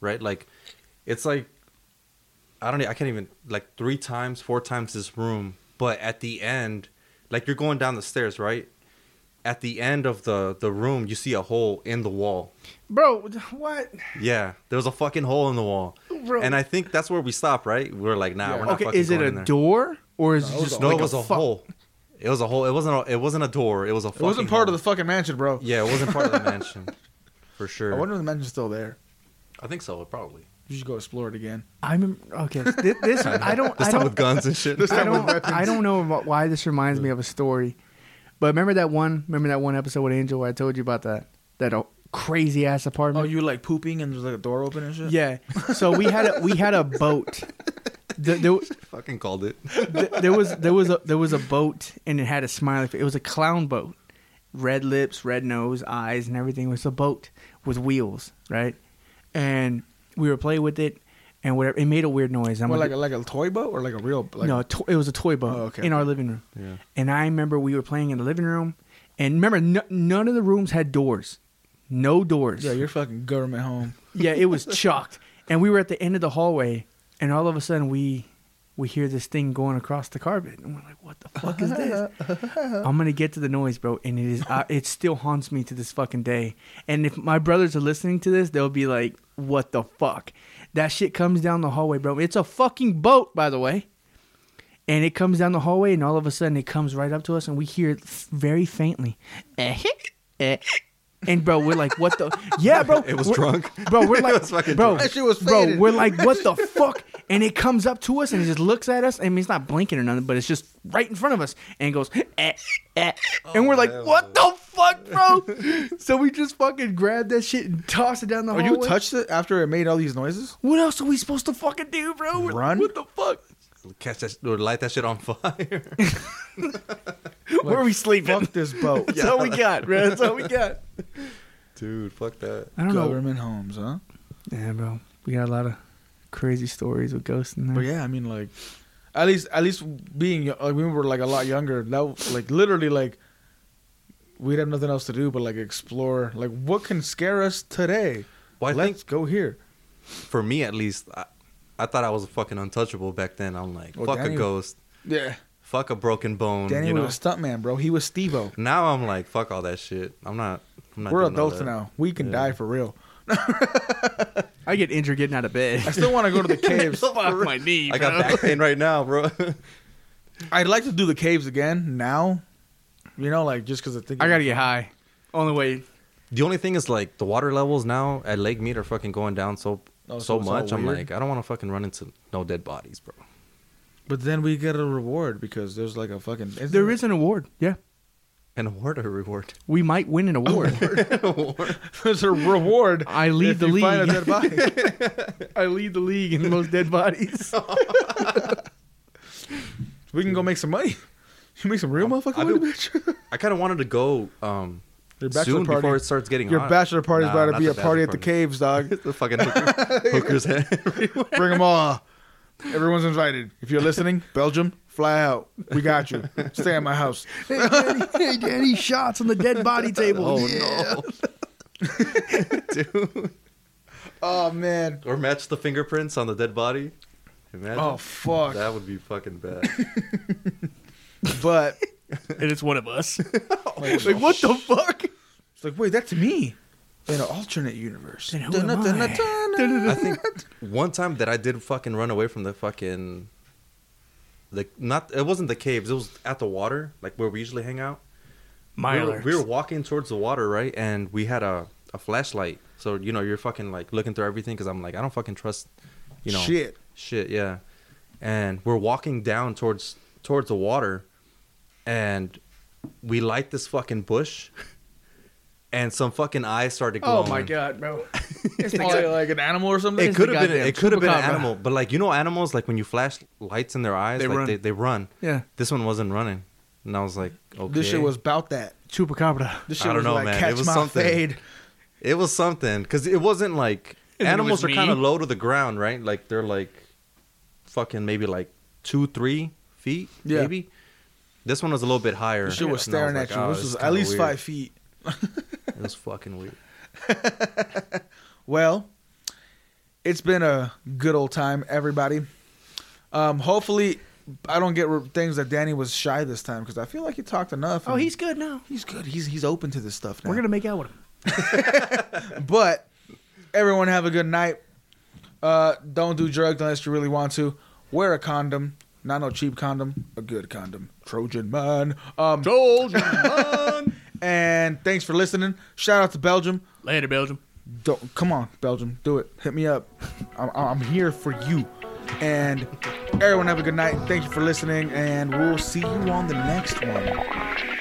S3: right? Like it's like I don't. e- I can't even like three times, four times this room. But at the end, like you're going down the stairs, right? At the end of the the room, you see a hole in the wall.
S2: Bro, what?
S3: Yeah, there was a fucking hole in the wall, and I think that's where we stopped, right? We were like, nah, we're not.
S2: Okay,
S3: fucking
S2: is it
S3: going
S2: a
S3: in there.
S2: door or is it
S1: was
S2: just
S3: No,
S2: like
S3: it was a,
S2: fu-
S3: hole. It was a hole. It wasn't. A, it wasn't a door. It was a.
S1: It wasn't part of the fucking mansion, bro.
S3: Yeah, it wasn't part of the mansion,
S1: (laughs)
S3: for sure.
S1: I
S3: I,
S1: wonder if the mansion's still there.
S3: think so. Probably
S1: You should go explore it again.
S2: I remember. Okay, this, this I don't.
S3: this
S2: I
S3: time
S2: don't,
S3: with guns and shit.
S2: I don't, I don't know about why this reminds me of a story, but remember that one? Remember that one episode with Angel where I told you about that that uh, crazy ass
S1: Oh,
S2: apartment?
S1: you were, like pooping and there's like a door open and shit.
S2: Mm-hmm. yeah. So we had a we had a boat. The- there,
S3: fucking called it.
S2: th- there was there was a there was a boat and it had a smiley face. It was a clown boat, red lips, red nose, eyes, and everything. It was a boat with wheels, right? And we were playing with it, and whatever. It made a weird noise. I'm
S1: What,
S2: gonna-
S1: like a, like a toy boat or like a real like
S2: no, a to- it was a toy boat
S1: Oh, okay,
S2: in our
S1: okay.
S2: living room.
S3: Yeah.
S2: And I remember we were playing in the living room, and remember, no, none of the rooms had doors, no doors.
S1: Yeah, your fucking government home.
S2: (laughs) yeah, it was chalked. And we were at the end of the hallway, and all of a sudden we we hear this thing going across the carpet, and we're like, "What the fuck
S1: (laughs)
S2: is this?"
S1: Uh-huh.
S2: I'm gonna get to the noise, bro, and it is I it still haunts me to this fucking day. And if my brothers are listening to this, they'll be like, "What the fuck?" That shit comes down the hallway, bro. It's a fucking boat, by the way. And it comes down the hallway, and all of a sudden it comes right up to us, and we hear it very faintly. Eh, hic, eh. And bro, we're like, what the? Yeah, bro.
S3: (laughs) It was
S2: we're-
S3: drunk.
S2: Bro, we're like,
S3: was fucking
S2: bro,
S3: drunk.
S1: That shit was
S2: bro,
S1: faded.
S2: we're like, what the fuck? And it comes up to us and it just looks at us. I mean, it's not blinking or nothing, but it's just right in front of us and it goes, eh, eh. and we're like,
S3: hell
S2: what the fuck, bro? so we just fucking grabbed that shit and tossed it down the
S1: Oh,
S2: hallway.
S1: you touched it after it made all these noises?
S2: What else are we supposed to fucking do, bro? We're like,
S1: Run?
S2: What the fuck?
S3: Catch that. Or light that shit on fire.
S2: Where are we sleeping?
S1: Fuck this (laughs) boat.
S2: (laughs) That's all we got, bro. That's all we got.
S3: (laughs) Dude, fuck that.
S2: I don't know.
S1: government homes, huh?
S2: Yeah, bro. We got a lot of crazy stories with ghosts in there.
S1: But yeah, I mean, like, at least, at least being like when we were like a lot younger, that w- like literally like we'd have nothing else to do but like explore. Like, what can scare us today?
S3: Well, I
S1: Let's go here.
S3: For me, at least, I, I thought I was fucking untouchable back then. I'm like,
S1: Well,
S3: fuck
S1: Danny-
S3: a ghost,
S1: Yeah,
S3: fuck a broken bone.
S1: Danny
S3: Um, you know.
S1: was a stuntman, bro. He was Stevo.
S3: now I'm like, fuck all that shit. I'm not. I'm not
S1: We're
S3: doing all
S1: adults
S3: that. (laughs)
S1: now. We can
S3: Yeah.
S1: die for real.
S2: I get injured getting out of bed.
S1: I still want to go
S3: (laughs)
S1: to the caves.
S2: Fuck my knee.
S3: I got back pain right now, (laughs) bro.
S1: I'd like to do the caves again now. You know, like just because I think
S2: (laughs) I gotta get high. Only way.
S3: The only thing is like the water levels now at Lake Mead are fucking going down so
S1: Oh, so
S3: so
S1: it's all
S3: much. I'm
S1: weird.
S3: like, I don't want to fucking run into no dead bodies,
S1: (laughs)
S3: bro.
S1: But then we get a reward because there's like a fucking. isn't
S2: There
S1: it-
S2: is an award. Yeah,
S3: And a water (laughs) reward.
S2: we might win an (laughs) award.
S1: there's a reward.
S2: I lead
S1: if
S2: the
S1: you
S2: league.
S1: Find a dead body.
S3: (laughs)
S2: I lead the league in the most dead (laughs) bodies.
S1: We can go make some money. (laughs) You make some real motherfucking
S3: I
S1: money,
S3: do- (laughs)
S1: bitch.
S3: I kind of wanted to go um
S1: Your bachelor
S3: soon
S1: party.
S3: before it starts getting
S1: (laughs) Your
S3: hot.
S1: bachelor party's
S3: Nah,
S1: about to
S3: not
S1: be
S3: the
S1: a party
S3: bachelor
S1: at the caves,
S3: (laughs)
S1: dog.
S3: the
S1: (laughs)
S3: fucking hooker, hooker's head. (laughs)
S1: Bring them all. Everyone's invited. If you're listening, (laughs) Belgium, fly out. We got you. Stay at my house.
S2: hey, Danny, hey, Danny, shots on the dead (laughs) body table.
S3: oh no, dude!
S1: Oh man.
S3: Or match the fingerprints on the dead body. Imagine.
S1: Oh fuck.
S3: That would be
S1: (laughs)
S3: fucking bad.
S1: But
S3: (laughs)
S2: and it's one of (laughs) us.
S1: like,
S2: like what the fuck?
S1: it's like, wait, that's me. In an alternate universe.
S2: Then who am
S3: (laughs)
S2: I?
S3: I think one time that I did fucking run away from the fucking the not it wasn't the caves, it was at the water, like where we usually hang out. We were, we were walking towards the water, right? And we had a, a flashlight. So, you know, you're fucking like looking through everything cuz I'm like I don't fucking trust, you know.
S1: Shit.
S3: Shit, yeah. And we're walking down towards towards the water and we light this fucking bush (laughs) and some fucking eyes started glowing.
S2: Oh my god, (laughs) bro.
S1: Probably like an animal or something.
S3: It could have been
S2: goddamn
S3: it could have been an
S2: chupacabra.
S3: animal, but like you know animals like when you flash lights in their eyes,
S2: They
S3: like
S2: run.
S3: They, they run.
S2: yeah,
S3: This one wasn't running, and I was like, okay.
S1: This shit was about that.
S2: chupacabra.
S1: This
S3: I
S1: shit
S3: don't
S1: was
S3: know,
S1: like
S3: man. It
S1: catch
S3: was
S1: my
S3: something.
S1: fade.
S3: it was something because it wasn't like
S2: And then it
S3: animals are
S2: was
S3: kind of
S2: me.
S3: low to the ground, right? Like they're like fucking maybe like two three feet,
S1: Yeah.
S3: maybe. This one was a little bit higher.
S1: This shit was
S3: and I
S1: staring at
S3: like,
S1: you.
S3: oh,
S1: this
S3: is
S1: was
S3: kinda
S1: at least
S3: weird.
S1: five feet.
S3: It was fucking weird.
S1: Well, it's been a good old time, everybody. Um, hopefully, I don't get re- things that Danny was shy this time because I feel like he talked enough.
S2: Oh,
S1: and
S2: he's good now.
S1: he's good. He's he's open to this stuff now.
S2: We're gonna make out with him.
S1: But everyone have a good night. Uh, don't do drugs unless you really want to. Wear a condom. Not no cheap condom, a good condom. Trojan man. Um, (laughs) Trojan man. and thanks for listening. Shout out to Belgium.
S2: Later, Belgium.
S1: Don't come on, Belgium. Do it. Hit me up. I'm, I'm here for you. And everyone have a good night. Thank you for listening, and we'll see you on the next one.